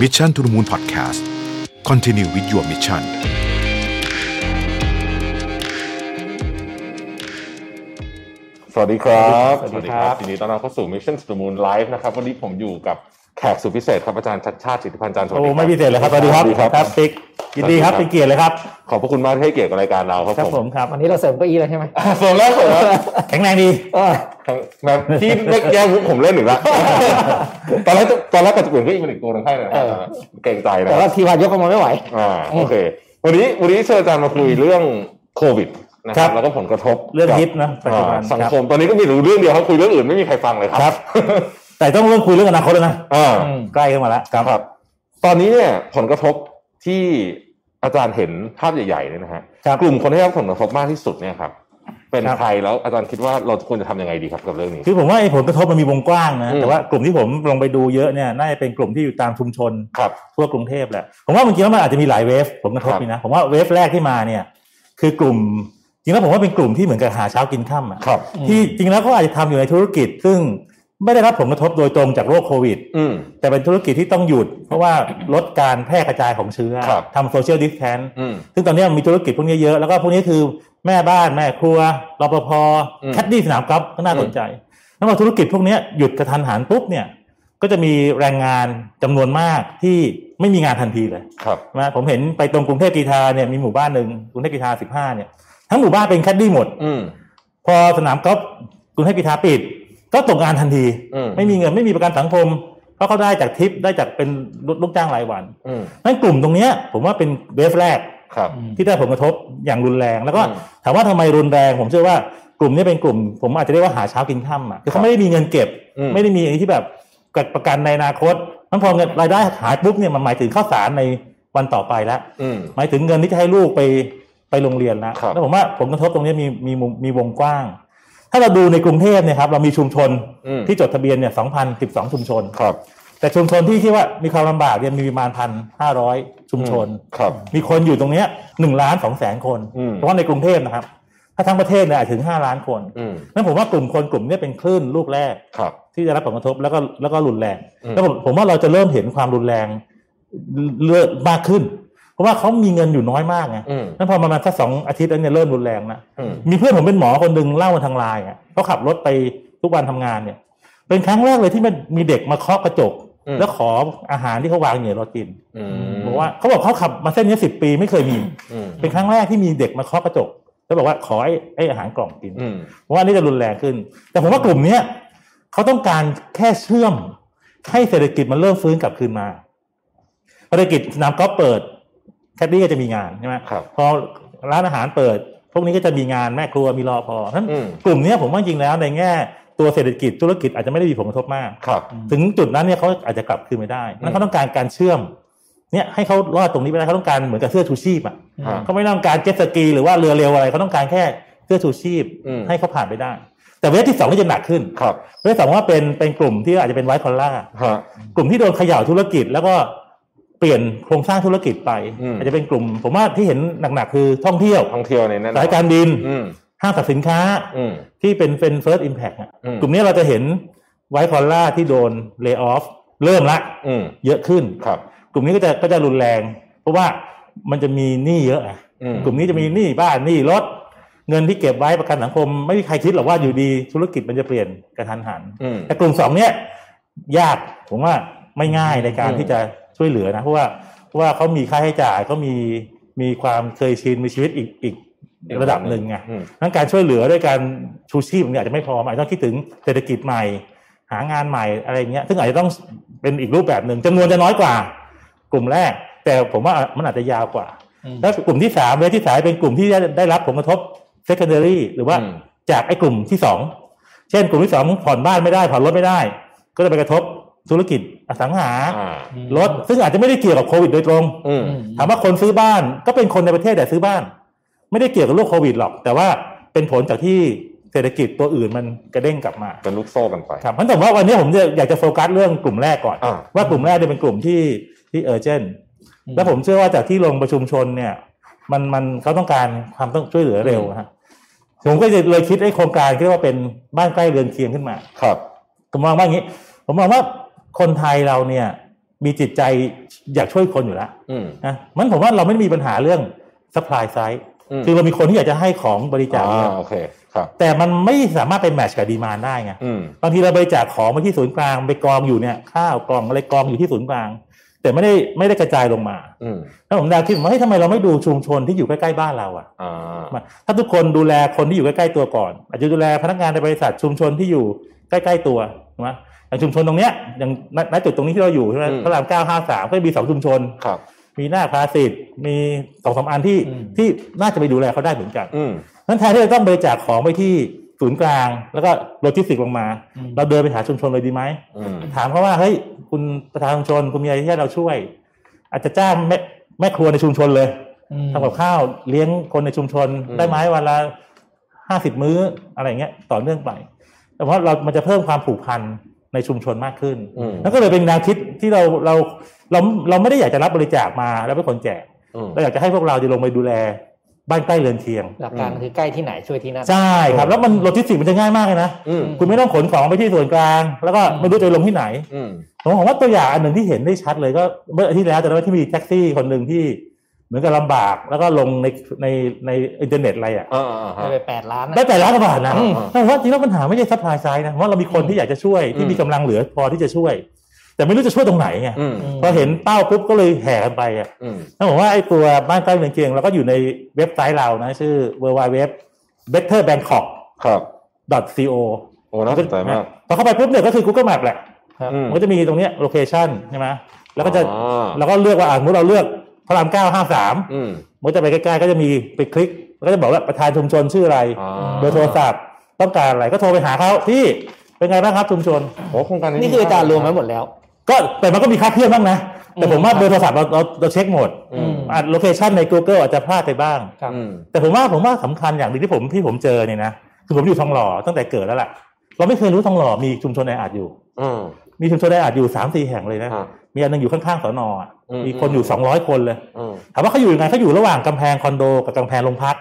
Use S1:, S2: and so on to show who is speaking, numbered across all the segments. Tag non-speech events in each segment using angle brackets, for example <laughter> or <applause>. S1: Mission to the Moon Podcast Continue with your mission
S2: สวัสดีครับ
S3: สวัสดีครับ
S2: ทีนดี้ต้อนรับเข้าสู่ Mission to the Moon Live นะครับ วันนี้ผมอยู่กับแขกสุดพิเศษครับอาจารย์ชัดชาติสิทธิพันธ์อาจารย์สวัส
S3: โอ้
S2: ดีครับ
S3: ไม่พิเศษเลยครับสวัสดีครับ
S2: ครับ
S3: ติ๊กยินดีครับ
S2: สวัสดีครับ
S3: เป็นเกียรติเลยครับ
S2: ขอบพระคุณมากที่ให้เกียรติกับรายการเราครับ
S3: ครับ
S2: ผ
S3: ผม มครับ
S4: วันนี้เราเสริมเก้าอี้แล้วใช่ไหม
S2: ส่งแล้วส่งแล้ว
S3: แข็งแรงดี
S2: ทั้งแบบที่เล็กแย่งมุกผมเล่นหนึ่งละ ตอนแรกจะตอนแรกก็จะเปลี่ยนเก้าอี้เป็นอีกตัวหนึงให้เลยนะเกรงใจนะ
S4: แต่ว่าทีมงานยกกันมาไม่ไหว
S2: อ่าโอเค วันนี้วันนี้เชิญอาจารย์มาคุยเรื่องโควิดนะค
S3: ครั
S2: รับบ แล้วก็ผลกระทบ
S3: เรื่อง
S2: กับ
S3: ฮิตนะปัจจุบัน
S2: อ่าสัง
S3: ครับ
S2: คมตอนนี้ก็มีอยู่เรื่องเดียวครับคุยเรื่องอื่นไม่มีใครฟังเลยครับ
S3: ครับ แต่ต้องเรื่องคุยเรื่องอนาคตแล้วนะ
S2: อ่า
S3: ใกล้เข้ามาแล้วครับ
S2: ครับตอนนี้เนี่ยผลกระทบที่อาจารย์เห็นภาพใหญ่ๆเนี่ยนะฮะ
S3: ครับ
S2: กลุ่มคนที่ได้รับผลกระทบมากที่สุดเนี่ยครับ เป็น
S3: ครับ
S2: ใครแล้วอาจารย์คิดว่าเราควรจะทำยังไงดีครับกับเรื่องนี้
S3: คือผมว่าไอ้ผลกระทบมันมีวงกว้างนะ
S2: อืม
S3: แต่ว่ากลุ่มที่ผมลงไปดูเยอะเนี่ยน่าจะเป็นกลุ่มที่อยู่ตามชุมชน
S2: ครับ
S3: ทั่วกรุงเทพแหละผมว่าจริงๆแล้วมันอาจจะมีหลายเวฟผลกระทบ
S2: ครับ
S3: นี่นะผมว่าเวฟแรกที่มาเนี่ยคือกลุ่มจริงๆแล้วผมว่าเป็นกลุ่มที่เหมือนกับหาเช้ากินค่ำอะ
S2: ครับ
S3: ที่จริงแล้วเขาอาจจะทำอยู่ในธุรกิจ ซึ่งไม่ได้รับผลกระทบโดยตรงจากโรคโควิด
S2: อืม
S3: แต่เป็นธุรกิจที่ต้องหยุด เพราะว่าลดการแพร่กระจายของเชื้อ
S2: ครับ
S3: ทำโซเชียลดิสแทน
S2: อืม
S3: ซึ่งตอนนี้มีธุรกิจพวกนี้เยอะ แล้วก็พวกนี้คือแม่บ้านแม่ครัวรปภ
S2: อืม
S3: แคดดี้สนามกอล์ฟก็น่าสนใจ แล้วพอธุรกิจพวกนี้หยุดกระทันหันปุ๊บเนี่ย ก็จะมีแรงงานจำนวนมากที่ไม่มีงานทันทีเลย
S2: ครับ
S3: นะผมเห็นไปตรงกรุงเทพกรีฑาเนี่ยมีหมู่บ้านหนึ่งกรุงเทพกรีฑาสิบห้าเนี่ยทั้งหมู่บ้านเป็นแคดดี้หมด
S2: อืม
S3: พอสนามกอล์ฟกรุงเทพกีฬาปิด ก็ตกงานทันที
S2: อืม
S3: ไม่มีเงินไม่มีประกันสังคม เพราะเขาได้จากทิปได้จากเป็นลูกจ้างรายวัน
S2: อืม
S3: นั่นกลุ่มตรงเนี้ยผมว่าเป็นเวฟแรก
S2: ครับ
S3: ที่ได้ผลกระทบอย่างรุนแรง แล้วก็
S2: อืม
S3: ถามว่าทำไมรุนแรง ผมเชื่อว่ากลุ่มเนี้ยเป็นกลุ่ม ผมอาจจะเรียกว่าหาเช้ากินข้ามอ่ะคือเขาไม่ได้มีเงินเก็บ
S2: อืม
S3: ไม่ได้มีอะไรที่แบบกัดประกันในอนาคตมันพอเงินรายได้หายปุ๊บเนี่ยมันหมายถึงข้าวสารในวันต่อไปแล้ว
S2: อืม
S3: หมายถึงเงินที่จะให้ลูกไปไปโรงเรียนแล้ว
S2: ครับ
S3: แล้วผมว่าผลกระทบตรงนี้มีมีมุมมีวงกว้าง ถ้าเราดูในกรุงเทพเนี่ยครับเรามีชุมชน
S2: อืม
S3: ที่จดทะเบียนเนี่ย2,012 ชุมชน
S2: ครับ
S3: แต่ชุมชนที่คิดว่ามีความลำบากเนี่ยมีประมาณ 1,500 ชุมชน
S2: ครับ
S3: มีคนอยู่ตรงเนี้ย1ล้าน2แสนคน
S2: อืม
S3: เพราะว่าในกรุงเทพนะครับ ถ้าทั้งประเทศเนี่ยอาจถึง 5 ล้านคน
S2: อืม
S3: นั่นผมว่ากลุ่มคนกลุ่มเนี้เป็นคลื่นลูกแรก
S2: ครับ
S3: ที่จะรับผลกระทบแล้วก็แล้วก็รุนแรง
S2: อืม
S3: แล้วผมผมว่าเราจะเริ่มเห็นความรุนแรงเลือมากขึ้น เพราะว่าเขามีเงินอยู่น้อยมากไง
S2: อืม
S3: นั้นพอประมาณสักสองอาทิตย์แล้วเนี่ยเริ่มรุนแรงนะ
S2: อืม
S3: มีเพื่อนผมเป็นหมอคนหนึ่งเล่ามาทางไลน์อ่ะเขาขับรถไปทุกวันทำงานเนี่ย เป็นครั้งแรกเลยที่มันมีเด็กมาเคาะกระจก แล้วขออาหารที่เขาวางอยู่ในรถกิน
S2: อืม
S3: บอกว่าเขาบอกเขาขับมาเส้นเนี้สิบปีไม่เคยมี
S2: อืม
S3: เป็นครั้งแรกที่มีเด็กมาเคาะกระจก แล้วบอกว่าขอไอ้ไอ้อาหารกล่องกิน
S2: อืม
S3: ผมว่าอันนี่จะรุนแรงขึ้น แต่ผมว่ากลุ่มเนี้ยเขาต้องการแค่เชื่อม ให้เศรษฐกิจมันเริ่มฟื้นกลับคืนมาเศรษฐกิจสนามกอล์ฟเปิด แคดดี้ก็จะมีงานใช่ไหม
S2: ครับ
S3: พอร้านอาหารเปิด พวกนี้ก็จะมีงานแม่ครัวมีรอพอเพราะฉะนั้น
S2: อืม
S3: กลุ่มเนี้ยผมว่าจริงแล้วในแง่ ตัวเศรษฐกิจธุรกิจอาจจะไม่ได้มีผลกระทบมาก
S2: ครับ
S3: ถึงจุดนั้นเนี่ยเขาอาจจะกลับคืนไม่ได้นั่นเขาต้องการการเชื่อม เนี่ยให้เขารอดตรงนี้ไปได้เขาต้องการเหมือนกับเสื้อชูชีพอ่ะ
S2: ฮะ
S3: เขาไม่ต้องการเจ็ตสกีหรือว่าเรือเร็วอะไรเขาต้องการแค่เสื้อชูชีพ
S2: อืม
S3: ให้เขาผ่านไปได้ แต่เวทที่สองก็จะหนักขึ้น
S2: ครับ
S3: เวทสองว่าเป็นเป็นกลุ่มที่อาจจะเป็นไวท์คอลล่า
S2: ฮะ
S3: กลุ่มที่โดนเขย่าธุรกิจ แล้วก็เปลี่ยนโครงสร้างธุรกิจไป
S2: อืม
S3: จจะเป็นกลุ่ม ผมว่าที่เห็นหนักๆคือท่องเที่ยว
S2: ท่องเที่ยวในนั้น
S3: สายการบิน
S2: อืม
S3: ห้างสรรพสินค้า
S2: อืม
S3: ที่เป็นเป็น first impact อะ
S2: อืม
S3: กลุ่มนี้เราจะเห็นไวท์คอลล่าที่โดนเล y o ออฟเริ่มละ
S2: อืม
S3: เยอะขึ้น
S2: ครับ
S3: กลุ่มนี้ก็จะก็จะรุนแรง เพราะว่ามันจะมีหนี้เยอะอะ
S2: อืม
S3: กลุ่มนี้จะมีหนี้บ้านหนี้รถ เงินที่เก็บไว้ประกันสังคม ไม่มีใครคิดหรอกว่าอยู่ดีธุรกิจมันจะเปลี่ยนกระทันหัน
S2: อืม
S3: แต่กลุ่มสองเนี้ยยากผมว่าไม่ง่ายในการ
S2: อืม
S3: ที่จะช่วยเหลือนะ เพราะว่าเพราะว่าเขามีค่าใช้จ่ายเขามีมีความเคยชินมีชีวิตอีกอีกอีกระดับหนึ่งไง
S2: อืม
S3: ทั้งการช่วยเหลือด้วยการชูชีพเนี่ยอาจจะไม่พออาจจะต้องคิดถึงเศรษฐกิจใหม่ หางานใหม่อะไรเงี้ยซึ่งอาจจะต้องเป็นอีกรูปแบบหนึ่งจำนวนจะน้อยกว่า กลุ่มแรก แต่ผมว่ามันอาจจะยาวกว่า
S4: อืม
S3: แล้วกลุ่มที่สามเวทที่สามเป็นกลุ่มที่ได้ได้รับผลกระทบ secondary หรือว่า
S2: อืม
S3: จากไอ้กลุ่มที่สองเช่น กลุ่มที่สองผ่อนบ้านไม่ได้ผ่อนรถไม่ได้ ก็จะไปกระทบธุรกิจอสังหา
S2: อ่าร
S3: ถซึ่งอาจจะไม่ได้เกี่ยวกับโควิดโดยตรง
S2: อืม
S3: ถามว่าคนซื้อบ้านก็เป็นคนในประเทศแต่ซื้อบ้าน ไม่ได้เกี่ยวกับโรคโควิดหรอก แต่ว่าเป็นผลจากที่เศรษฐกิจตัวอื่นมันกระเด้งกลับมา
S2: เป็นลูกโซ่กันไป
S3: ครับงั้นแต่ว่าวันนี้ผมจะอยากจะโฟกัสเรื่องกลุ่มแรกก่อน
S2: อ่า
S3: ว่ากลุ่มแรกเนี่ยเป็นกลุ่มที่ที่เออเจน
S4: อืม
S3: และผมเชื่อว่าจากที่ลงประชุมชนเนี่ย มันมันเขาต้องการความต้องช่วยเหลือเร็วนะฮะผมก็จะเลยคิดไอ้โครงการที่เรียกว่าเป็นบ้านใกล้เรือนเคียงขึ้นมา
S2: ครับ
S3: ผมมองว่าอย่างนี้ ผมมองว่าคนไทยเราเนี่ย มีจิตใจอยากช่วยคนอยู่แล้ว
S2: อืม
S3: นะมันผมว่าเราไม่ได้มีปัญหาเรื่อง supply side
S2: อืม
S3: คือเรามีคนที่อยากจะให้ของบริจาค
S2: อ่าโอเคครับ
S3: แต่มันไม่สามารถไปแมทช์กับดีมานได้ไง
S2: อืม
S3: บางทีเราบริจาคของมาที่ศูนย์กลางไปกองอยู่เนี่ยข้าวกล่องอะไรกองอยู่ที่ศูนย์กลาง แต่ไม่ได้ไม่ได้กระจายลงมา
S2: อืม
S3: แล้วผมดาวคิดว่าเฮ้ยทำไมเราไม่ดูชุมชนที่อยู่ใกล้ๆบ้านเราอะ
S2: อ่า
S3: มาถ้าทุกคนดูแลคนที่อยู่ใกล้ๆตัวก่อน อาจจะดูแลพนักงานในบริษัทชุมชนที่อยู่ใกล้ๆตัวใช่ไหมอย่างชุมชนตรงเนี้ยอย่างณณจุดตรงนี้ที่เราอยู่ใช่ไหมพระรามเก้าห้าสามก็มีสองชุมชน
S2: ครับ
S3: มีหน้าภาสิทธิ์มีสองสามอันที่ที่น่าจะไปดูแลเขาได้เหมือนกัน
S2: อืม
S3: นั้นแทนที่จะต้องบริจาคของไปที่ศูนย์กลาง แล้วก็โลจิสติกส์ลงมา เราเดินไปหาชุมชนเลยดีไหม
S2: อืม
S3: ถามเขาว่าเฮ้ยคุณประธานชุมชนคุณมีอะไรที่ให้เราช่วย อาจจะจ้างแม่แม่ครัวในชุมชนเลยทำกับข้าวเลี้ยงคนในชุมชน
S2: อืม
S3: ได้ไหมวันละห้าสิบมื้ออะไรอย่างเงี้ยต่อเนื่องไป แต่ว่าเรามันจะเพิ่มความผูกพันในชุมชนมากขึ้น
S2: อืม
S3: นั่นก็เลยเป็นแนวคิดที่เราเราเราเราไม่ได้อยากจะรับบริจาคมาแล้วเป็นคนแจก
S2: อืม
S3: เราอยากจะให้พวกเราจะลงไปดูแลบ้านใกล้เรือนเคียง
S4: หลักการคือใกล้ที่ไหนช่วยที่นั่น
S3: ใช่ครับ แล้วมันโลจิสติกส์มันจะง่ายมากเลยนะ
S2: อืม
S3: คุณไม่ต้องขนของไปที่ส่วนกลาง แล้วก็ไม่รู้จะไปลงที่ไหน
S2: อืม
S3: ผมบอกว่าตัวอย่างอันหนึ่งที่เห็นได้ชัดเลยก็เมื่ออาทิตย์แล้วแต่ว่าที่มีแท็กซี่คนหนึ่งที่เหมือนกับลำบาก แล้วก็ลงในในในอินเทอร์เน็ตอะไรอ่ะ
S2: อ่าอ่าฮะ
S4: ไปแปดล้านนะ
S3: ได้แต่ล้านกว่าบาทนะ
S2: อืม
S3: แต่ว่าจริงแล้วปัญหาไม่ใช่ซัพพลายไซด์นะว่าเรามีคนที่อยากจะช่วย
S2: อื
S3: ที่
S2: ม
S3: มีกำลังเหลือพอที่จะช่วย แต่ไม่รู้จะช่วยตรงไหนไง
S2: อืม
S3: พอเห็นเป้าปุ๊บก็เลยแห่กันไปอ่ะ
S2: อืม
S3: ถ้าบอกว่าไอ้ตัวบ้านใกล้เมืองเคียงเราก็อยู่ในเว็บไซต์เรานะ ชื่อ w w w better bangkok
S2: ครับ
S3: co
S2: โอ้น่าสนใจมาก
S3: พอเข้าไปปุ๊บเนี่ยก็คือ Google Map แหละ
S2: อืม
S3: มันก็จะมีตรงเนี้ย location ใช่ไหมแล้วก็จะ
S2: อ่า
S3: แล้วก็เลือกว่าอ่ะสมมติเราเลือกพระรามเก้าห้าสาม
S2: อืม
S3: มันก็จะไปใกล้ๆก็จะมีไปคลิกแล้วก็จะบอกว่าประธานชุมชนชื่ออะไร
S2: อ่า
S3: เบอร์โทรศัพท์ต้องการอะไรก็โทรไปหาเขาที่เป็นไงบ้างครับชุมชน
S2: โอ้โครงการนี้
S4: นี่คืออาจารย์รวมไว้หมดแล้ว
S3: ก็แต่มันก็มีค่าเทียบบ้างนะ แต่ผมว่าเบอร์โทรศัพท์เราเราเราเช็คหมด
S2: อืม
S3: อ่ะ location ใน Google อาจจะพลาดไปบ้าง
S4: ครับ
S2: อืม
S3: แต่ผมว่าผมว่าสำคัญอย่างหนึงที่ผมที่ผมเจอเนี่ยนะคือผมอยู่ทองหล่อตั้งแต่เกิดแล้วล่ะ เราไม่เคยรู้ทองหล่อมีชุมชนแออัดอยู่
S2: อืม
S3: มีชุมชนแออัดอยู่สามสี่แห่งเลยนะ
S2: อ่า
S3: มีอันหนึงอยู่ข้างๆสอนอะ
S2: อืม
S3: มีคนอยู่สองร้อยคนเลย
S2: อืม
S3: ถามว่าเขาอยู่ยังไงเขาอยู่ระหว่างกำแพงคอนโดกับกำแพงโรงพัก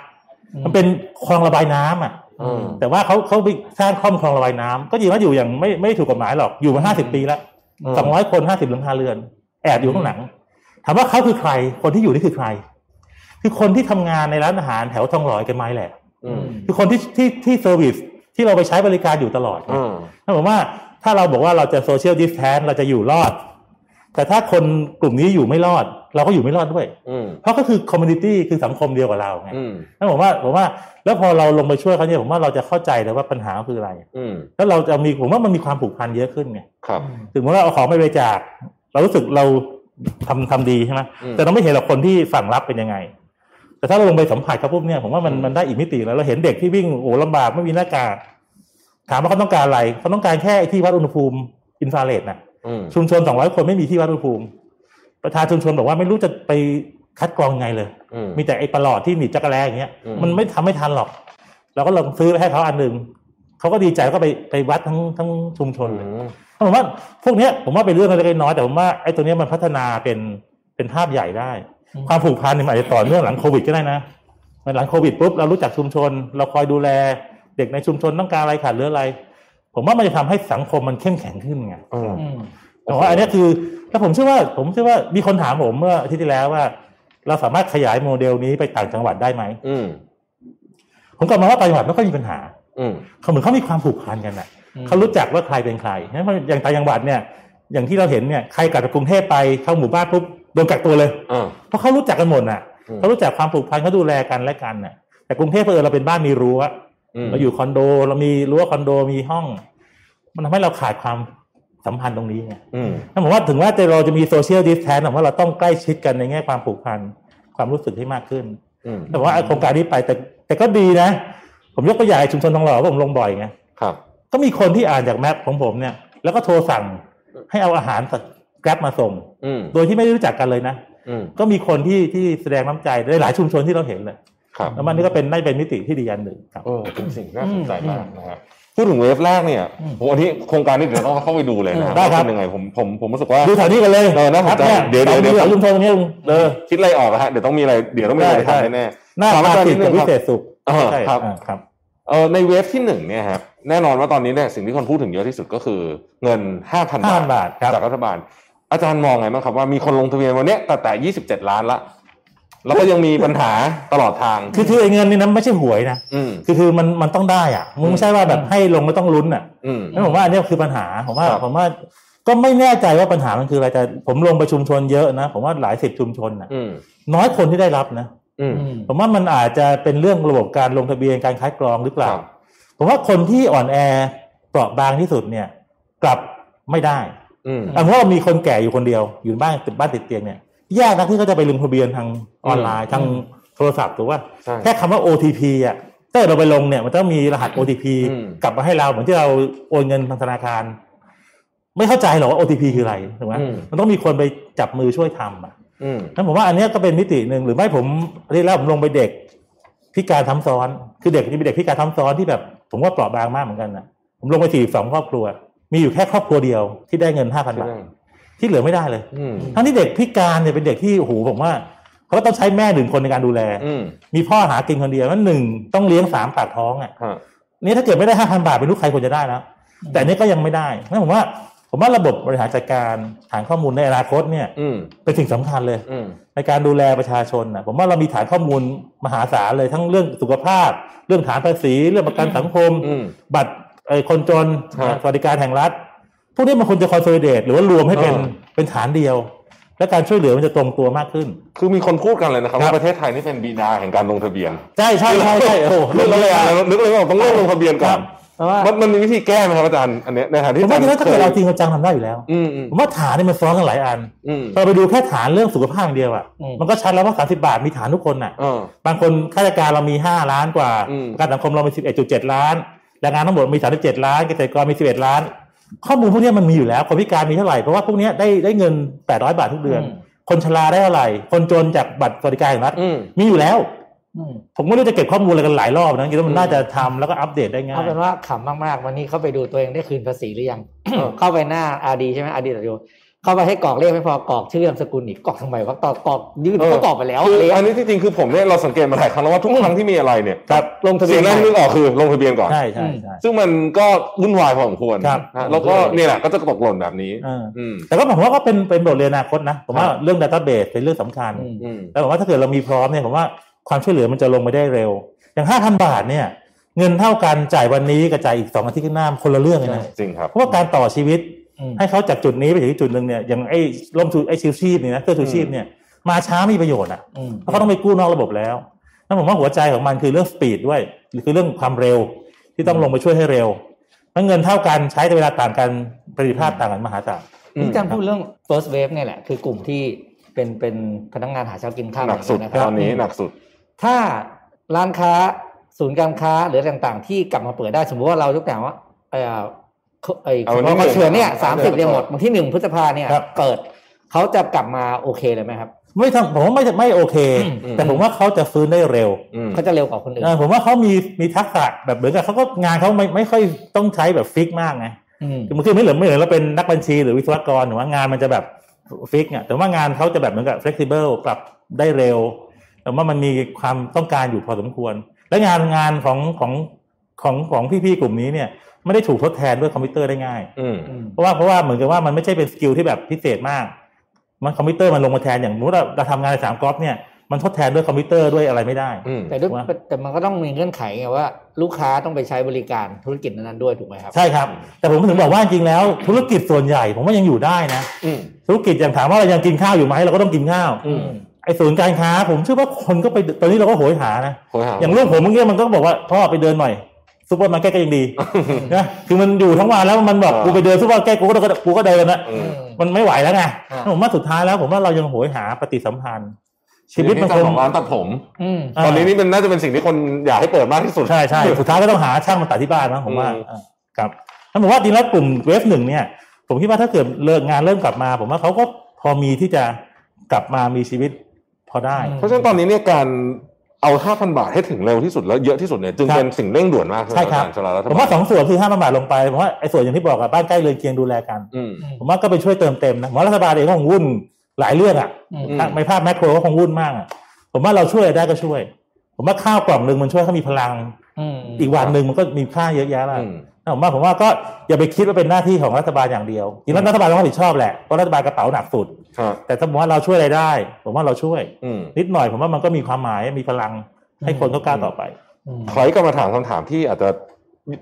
S3: มันเป็นคลองระบายน้ำอ่ะ
S2: อืม
S3: แต่ว่าเขาเขาไปสร้างคล่อมคลองระบายน้ำก็จริงว่าอยู่อย่างไม่ไม่ถูกกฎหมายหรอกอยู่มาห้าสิบปีแล้วสองร้อยคนห้าสิบหลังคาเรือน แอบอยู่ข้างหลัง ถามว่าเขาคือใคร คนที่อยู่นี่คือใคร คือคนที่ทำงานในร้านอาหารแถวทองหล่อกันไหมแหละ
S2: อืม
S3: คือคนที่ที่ที่เซอร์วิสที่เราไปใช้บริการอยู่ตลอด
S2: อืม
S3: นั่นหมายความว่าถ้าเราบอกว่าเราจะโซเชียลดิสแทนเราจะอยู่รอด แต่ถ้าคนกลุ่มนี้อยู่ไม่รอด เราก็อยู่ไม่รอดด้วย
S2: อืม
S3: เพราะก็คือคอมมูนิตี้คือสังคมเดียวกับเราไง
S2: อืม
S3: นั่นผมว่าผมว่า แล้วพอเราลงไปช่วยเขาเนี่ยผมว่าเราจะเข้าใจเลยว่าปัญหาคืออะไร
S2: อืม
S3: แล้วเราจะมีผมว่ามันมีความผูกพันเยอะขึ้นไง
S2: ครับ
S3: ถึงเมื่อเราเอาของไปบริจาคเรารู้สึกเราทำทำดีใช่ไหม
S2: อืม
S3: แต่เราไม่เห็นหรอกคนที่ฝั่งรับเป็นยังไง แต่ถ้าเราลงไปสัมผัสเขาปุ๊บเนี่ยผมว่ามันมันได้อีกมิติแล้วเราเห็นเด็กที่วิ่งโอ้โหลำบากไม่มีหน้ากากถามว่าเขาต้องการอะไรเขาต้องการแค่ไอ้ที่วัดอุณหภูมิอินฟราเรดน่ะ
S2: อืม
S3: ชุมชนสองร้อยคนไม่มีที่วัดอุณหภูมิ ประธานชุมชนบอกว่าไม่รู้จะไปคัดกรองไงเลย
S2: อืม
S3: มีแต่ไอ้ประหลอดที่หนีบจักรแลอย่างเงี้ย
S2: อืม
S3: มันไม่ทำไม่ทันหรอก เราก็ลองซื้อไปให้เขาอันหนึ่งเขาก็ดีใจก็ไปไปวัดทั้งทั้งชุมชนเลย
S2: อืม
S3: ผมว่าพวกเนี้ยผมว่าเป็นเรื่องเล็กๆน้อยๆแต่ผมว่าไอ้ตัวเนี้ยมันพัฒนาเป็นเป็นภาพใหญ่ได้
S4: อืม
S3: ความผูกพันเนี่ยมันอาจจะต่อเนื่องหลังโควิดก็ได้นะหลังโควิดปุ๊บเรารู้จักชุมชน เราคอยดูแลเด็กในชุมชนต้องการอะไรขาดเหรืออะไร ผมว่ามันจะทำให้สังคมมันเข้มแข็งขึ้นไง
S2: อืม
S4: อืม
S3: แต่ว่าอันเนี้ยคือแล้วผมเชื่อว่าผมเชื่อว่ามีคนถามผมเมื่ออาทิตย์ที่แล้วว่า เราสามารถขยายโมเดลนี้ไปต่างจังหวัดได้ไหม
S2: อืม
S3: ผมกลับมาว่าต่างจังหวัดไม่ค่อยมีปัญหา
S2: อืม
S3: เขาเหมือนเขามีความผูกพันกันอ่ะ
S4: อืม
S3: เขารู้จักว่าใครเป็นใครงั้นอย่างต่างจังหวัดเนี่ย อย่างที่เราเห็นเนี่ยใครกลับจากกรุงเทพไปเข้าหมู่บ้านปุ๊บโดนกักตัวเลย
S2: อ่า
S3: เพราะเขารู้จักกันหมดน่ะ
S2: อืม
S3: เขารู้จักความผูกพันเขาดูแลกันและกันน่ะ แต่กรุงเทพเออเราเป็นบ้านมีรั้ว
S2: อืม
S3: เราอยู่คอนโดเรามีรั้วคอนโดมีห้อง มันทำให้เราขาดความสัมพันธ์ตรงนี้ไง
S2: อืม
S3: ถ้าผมว่าถึงว่าเราจะมีโซเชียลดิสแทนแต่ว่าเราต้องใกล้ชิดกันในแง่ความผูกพันความรู้สึกให้มากขึ้น
S2: อืม
S3: แต่ว่าโครงการนี้ไปแต่แต่ก็ดีนะ ผมยกตัวอย่างชุมชนทองหล่อว่าผมลงบ่อยไง
S2: ครับ
S3: ก็มีคนที่อ่านจากแมพของผมเนี่ย แล้วก็โทรสั่งให้เอาอาหารจากแกร็บมาส่ง
S2: อืม
S3: โดยที่ไม่ได้รู้จักกันเลยนะ
S2: อืม
S3: ก็มีคนที่ที่แสดงน้ำใจได้หลายชุมชนที่เราเห็นเลย
S2: ครับ
S3: แล้วมันนี่ก็เป็นได้เป็นมิติที่ดีอันหนึ่งครับ
S2: เออเป็นสิ่งน่าสนใจมากนะครับพูดถึงเวฟแรกเนี่ยผมอันนี้โครงการนี้เดี๋ยวเราเข้าไปดูเลยนะ
S3: ได้ครับ
S2: ว่าเป็นยังไงผมผมผมรู้สึกว่า
S3: ดูแถวนี้กันเลย
S2: เออน่าสนใจ
S3: ครับ
S2: เดี๋ยวเดี๋ยวเดี๋ยว
S3: สองหมื่นกาชุมชนตรงนี้ลุงเออ
S2: คิดอะไรออกนะฮะเดี๋ยวต้องมีอะไรเดี๋ยวต้องมีอะไร
S3: ได้ได้
S2: ทำแน่ๆ
S3: หน้า
S2: ถมอ
S3: ตา
S2: จรย์
S3: ติด
S2: นิ
S3: กับ
S2: ง
S3: วิเศ
S2: ครับ
S3: ษสุข
S2: เออ
S3: ใช่
S2: ครับ
S3: อ่าครับ
S2: เออในเวฟที่หนึ่งเนี่ยครับแน่นอนว่าตอนนี้เนี่ยสิ่งที่คนพูดถึงเยอะที่สุดก็คือเงิน 5,000
S3: 5,000บาทครับ
S2: จากรัฐบาล อาจารย์มองไงบ้างครับว่ามีคนลงทะเบียนวันเนี้ยแต่แต่ยี่สิบเจ็ดล้านละ แล้วก็ยังมีปัญหาตลอดทาง
S3: คือคือไอ้เงินนี่นะไม่ใช่หวยนะ
S2: อืม
S3: คือคือมันมันต้องได้อ่ะมึงไม่ใช่ว่าแบบให้ลงไม่ต้องลุ้นอ่ะ
S2: อืม
S3: นั่นผมว่าอันเนี้ยคือปัญหาผมว่า
S2: ครับ
S3: ผมว่าก็ไม่แน่ใจว่าปัญหามันคืออะไรแต่ผมลงไปชุมชนเยอะนะ ผมว่าหลายสิบชุมชนนะ
S2: อืม
S3: น้อยคนที่ได้รับนะ
S2: อืม
S4: อืม
S3: ผมว่ามันอาจจะเป็นเรื่องระบบการลงทะเบียนการคัดกรองหรือเปล่า
S2: ครับ
S3: ผมว่าคนที่อ่อนแอเปราะบางที่สุดเนี่ย กลับไม่ได้
S2: อืม
S3: อันเพราะว่ามีคนแก่อยู่คนเดียว อยู่บ้านติดบ้านติดเตียงเนี่ยยากนะที่เขาจะไปลงทะเบียนทางออนไลน์ทางโทรศัพท์ถูกว่า
S2: ใช่
S3: แค่คำว่า OTP อ่ะถ้าเราไปลงเนี่ยมันต้องมีรหัส OTP
S2: อืม
S3: กลับมาให้เราเหมือนที่เราโอนเงินทางธนาคาร ไม่เข้าใจหรอกว่า OTP คืออะไรถูกไหมมันต้องมีคนไปจับมือช่วยทำอ่ะ
S2: อืม
S3: นั้นผมว่าอันเนี้ยก็เป็นมิติหนึ่งหรือไม่ผมเรียกแล้วผมลงไปเด็กพิการทำซ้อน คือเด็กที่เป็นเด็กพิการทำซ้อนที่แบบ ผมว่าเปราะบางมากเหมือนกันนะผมลงไปสี่สองครอบครัว มีอยู่แค่ครอบครัวเดียวที่ได้เงินห้าพันบาทที่เหลือไม่ได้เลย
S2: อืม
S3: ทั้งที่เด็กพิการเนี่ยเป็นเด็กที่โอ้โหผมว่าเขาก็ต้องใช้แม่หนึ่งคนในการดูแล
S2: อืม
S3: มีพ่อหากินคนเดียวนั้นหนึ่งต้องเลี้ยงสามปากท้องอ่ะ
S2: ฮะ
S3: นี่ถ้าเกิดไม่ได้ห้าพันบาทเป็นลูกใครควรจะได้แล้วแต่อันนี้ก็ยังไม่ได้นั่นผมว่า ผมว่าระบบบริหารจัดการฐานข้อมูลในอนาคตเนี่ย
S2: อืม
S3: เป็นสิ่งสำคัญเลย
S2: อืม
S3: ในการดูแลประชาชนนะผมว่าเรามีฐานข้อมูลมหาศาลเลยทั้งเรื่องสุขภาพ เรื่องฐานภาษี เรื่องประกันสังคม
S2: อืม
S3: บัตรเอ่อคนจน
S2: ครับ
S3: สวัสดิการแห่งรัฐพวกนี้มันควรจะคอนโซลิเดตหรือว่ารวมให้เป็น
S2: เออ
S3: เป็นฐานเดียว และการช่วยเหลือมันจะตรงตัวมากขึ้น
S2: คือมีคนพูดกันเลยนะครับ
S3: ครับ
S2: ว่าประเทศไทยนี่เป็นบีดาแห่งการลงทะเบียน
S3: ใช่ใช่ใช่ใช่โอ้โห
S2: นึกเลยอ่ะนึกเลยว่าต้องเริ่มลงทะเบียนก่อ
S3: ครั
S2: น
S3: บเพราะว่า
S2: มันมันมีวิธีแก้ไหมครับอาจารย์อันเนี้ยในฐานะที่
S3: ผมว่าจริงๆแล้วถ้าเกิด
S2: คย
S3: เอาจริงเอาจังทำได้อยู่แล้ว
S2: อืมอืม
S3: ผมว่าฐานเนี่ยมันซ้อนกันหลายอัน
S2: อืม
S3: เราไปดูแค่ฐานเรื่องสุขภาพอย่างเดียวอ่ะ
S4: อืม
S3: มันก็ชัดแล้วว่าสาสิบาทมีฐานทุกคนน่ะ
S2: เออ
S3: บางคนข้าราชการเรามีห้าล้านกว่า
S2: อืม
S3: ประกันสังคมเรามีสิบเอ็ดจุดเจ็ดล้านแรงงานทั้งหมดมีสามสิบเจ็ดล้านเกษตรกรมีสิบเอ็ดล้าน ข้อมูลพวกเนี้ยมันมีอยู่แล้วคนพิการมีเท่าไหร่เพราะว่าพวกเนี้ยได้ได้เงินแปดร้อยบาททุกเดือน
S4: อืม
S3: คนชราได้เท่าไหร่ คนจนจากบัตรสวัสดิการแห่งรัฐ
S2: อืม
S3: มีอยู่แล้ว
S4: อืม
S3: ผมไม่รู้จะเก็บข้อมูลอะไรกันหลายรอบนะคิดว่ามั
S2: อื
S3: น
S2: ม
S3: น่าจะทำแล้วก็อัปเดตได้ง่า
S4: เอา
S3: ย
S4: เป็นว่าขำมากๆ วันนี้เข้าไปดูตัวเองได้คืนภาษีหรือยัง เข้าไปหน้าอาดีใช่ไหมอาดีตัดโยเข้าไปให้กรอกเลขไม่พอกรอกชื่อนามสกุลอีกกรอกทำไมวะกรอกกรอกยื่น
S2: เออ
S4: ก็กรอกไปแล้ว
S2: คือ
S4: เลข
S2: อันนี้ที่จริงคือผมเนี่ยเราสังเกตมาหลายครั้งแล้วว่าทุกครั้งที่มีอะไรเนี่ย
S3: ครับ
S4: ลงทะเบียน
S2: สิ่งแรกที่นึกออกคือลงทะเบียนก่อน
S3: ใช่ใช่ใช่
S2: ซึ่งมันก็วุ่นวายพอสมควร
S3: ครับ
S2: นะแล้วก็เนี่ยแหละก็จะตกหล่นแบบนี้
S3: เออ
S2: อืม
S3: แต่ก็ผมว่าก็เป็นเป็นบทเรียนอนาคตนะผมว่า
S2: ครับ
S3: เรื่อง database เป็นเรื่องสำคัญ
S4: อืม
S2: อืม
S3: แล้วผมว่าถ้าเกิดเรามีพร้อมเนี่ยผมว่าความช่วยเหลือมันจะลงไปได้เร็ว อย่างห้าพันบาทเนี่ย เงินเท่ากันจ่ายวันนี้กับจ่ายอีกสองอาทิตย์ข้างหน้ามันคนละเรื่องเลยนะ
S2: จริงครับ
S3: เพราะว่าการต่อชีวิต
S4: อืม
S3: ให้เขาจากจุดนี้ไปถึงอีกจุดหนึ่งเนี่ยอย่างไอ้ร่มชูไอ้ชิวชีพเนี่ยนะเสื้อชูชีพเนี่ยมาช้าไม่มีประโยชน์อ่ะ
S4: อืม
S3: เพราะเขาต้องไปกู้นอกระบบแล้วนั่นผมว่าหัวใจของมันคือเรื่องสปีดด้วยหรือคือเรื่องความเร็วที่ต้องลงไปช่วยให้เร็วเพราะเงินเท่ากันใช้แต่เวลาต่างกันประสิทธิภาพต่างกันมหาศาล
S2: อืม
S4: นี่จำพูดเรื่อง first wave เนี่ยแหละ คือกลุ่มที่เป็นเป็นพนักงานหาเช้ากินข้าว
S2: หนักสุด
S4: ะ
S2: ตอนนี้หนักสุด
S4: ถ้าร้านค้าศูนย์การค้าหรือต่างๆ ที่กลับมาเปิดได้สมมติว่าเรายกตัวอย่างว่าเออเขาไอ้
S2: เอาวันที่
S4: สมมติ
S2: ห
S4: ว่า
S2: นึ่ง
S4: เชิญเนี่ย
S2: ครั
S4: สาม
S2: บ
S4: สิบเดือนหมดวันที่หนึ่งพฤษภาเนี่ย
S3: ครับ
S4: เปิดเขาจะกลับมาโอเคเลยไหมครับ
S3: ไม่ทำผมว่าไม่ไม่โอเค
S2: อืม
S3: แต่ผมว่าเขาจะฟื้นได้เร็ว
S2: อืม
S4: เขาจะเร็วกว่าคนอื่น
S3: เออผมว่าเขามีมีทักษะแบบเหมือนกับเขาก็งานเขาไม่ไม่ค่อยต้องใช้แบบฟิกมากไง
S4: ม
S3: คือมันคือไม่เหมือนไม่เหมือนเราเป็นนักบัญชีหรือวิศวกรหรือว่างานมันจะแบบฟิกเนี่ยแต่ว่างานเขาจะแบบเหมือนกับ flexible ปรับได้เร็ว แต่ว่ามันมีความต้องการอยู่พอสมควร และงานงานของของของของพี่ๆกลุ่มนี้เนี่ยไม่ได้ถูกทดแทนด้วยคอมพิวเตอร์ได้ง่าย
S2: อืม
S4: อืม
S3: เพราะว่าเพราะว่าเหมือนกับว่ามันไม่ใช่เป็นสกิลที่แบบพิเศษมาก มันคอมพิวเตอร์มันลงมาแทนอย่างสมมติเราเราทำงานในสามกอล์ฟเนี่ยมันทดแทนด้วยคอมพิวเตอร์ด้วยอะไรไม่ได้
S2: อืม
S4: แต่ด้วย
S3: ว่า
S4: แต่มันก็ต้องมีเงื่อนไขไงว่า ลูกค้าต้องไปใช้บริการธุรกิจนั้นๆด้วยถูกไหมครับ
S3: ใช่ครับ แต่ผมถึงบอกว่าจริงแล้ว ธุรกิจส่วนใหญ่ผมว่ายังอยู่ได้นะ
S2: อืม
S3: ธุรกิจอย่างถามว่าเรายังกินข้าวอยู่ไหมเราก็ต้องกินข้าว
S2: อืม
S3: ไอ้ศูนย์การค้า ผมเชื่อว่าคนก็ไปตอนนี้เราก็โหยหานะ
S2: โหหา
S3: อย่างลูกผมเมื่อกี้มันก็บอกว่าพ่อไปเดินหน่อยซูเปอร์มาร์เก็ตก็ยังดีนะคือมันอยู่ทั้งวันแล้วมันบอก
S2: อ่ากู
S3: กูไปเดินซูเปอร์มาร์เก็ตกูก็เดินกูก็เดินนะ
S2: อืม
S3: มันไม่ไหวแล้วไง
S4: อ่า
S3: ผมว่าสุดท้ายแล้ว ผมว่าเรายังโหยหาปฏิสัมพันธ์ ชีวิตมัน
S2: เจ้า
S3: คง
S2: ของร้านตัดผม
S4: อืม
S3: า
S2: ตอนนี้นี่มันน่าจะเป็นสิ่งที่คนอยากให้เปิดมากที่สุด
S3: ใช่ใช่สุดท้ายก็ต้องหาช่างมาตัดที่บ้านนะผมว่า
S2: อืม
S3: อ่ะครับแล้วผมว่าจริงแล้วกลุ่มเวฟหนึ่งเนี่ย ผมคิดว่าถ้าเกิดเลิกงานเริ่มกลับมา ผมว่าเขาก็พอมีที่จะกลับมามีชีวิตพอได้
S4: อืม
S2: เพราะฉะนั้นตอนนี้เนี่ยการเอา5,000บาทให้ถึงเร็วที่สุดแล้วเยอะที่สุดเนี่ยจึง
S3: ครับ เป็น
S2: สิ่งเร่งด่วนมาก
S3: ใช่ครับ
S2: สำหรับรัฐ
S3: ผม
S2: บา
S3: ว่า
S2: ล
S3: สองส่วนคือห้าพันบาทลงไปผมว่าไอ้ส่วนอย่างที่บอกอะบ้านใกล้เรือนเคียงดูแลกัน
S2: อืม
S3: ผมว่าก็ไปช่วยเติมเต็มนะผมว่ารัฐบาลเองก็คงวุ่นหลายเรื่องอะ
S4: อืม
S3: ถ้าไม่ภาพแมคโครก็คงวุ่นมากอะผมว่าเราช่วยได้ก็ช่วย ผมว่าข้าวกล่องหนึ่งมันช่วยเขามีพลัง
S4: อืม
S3: อีกวันหนึ่งมันก็มีค่าเยอะแยะแล้ว
S2: อืม
S3: ผมว่าผมว่าก็อย่าไปคิดว่าเป็นหน้าที่ของรัฐบาลอย่างเดียวจริงๆแล้วรัฐบาลต้องรับผิดชอบแหละเพราะรัฐบาลกระเป๋าหนักสุด
S2: ครับ
S3: แต่ถ้าผมว่าเราช่วยอะไรได้ ผมว่าเราช่วย
S2: อืม
S3: นิดหน่อยผมว่ามันก็มีความหมายมีพลังให้คนเขากล้าต่อไป
S4: อืม
S2: ถอยกลับมาถามคำถามที่อาจจะ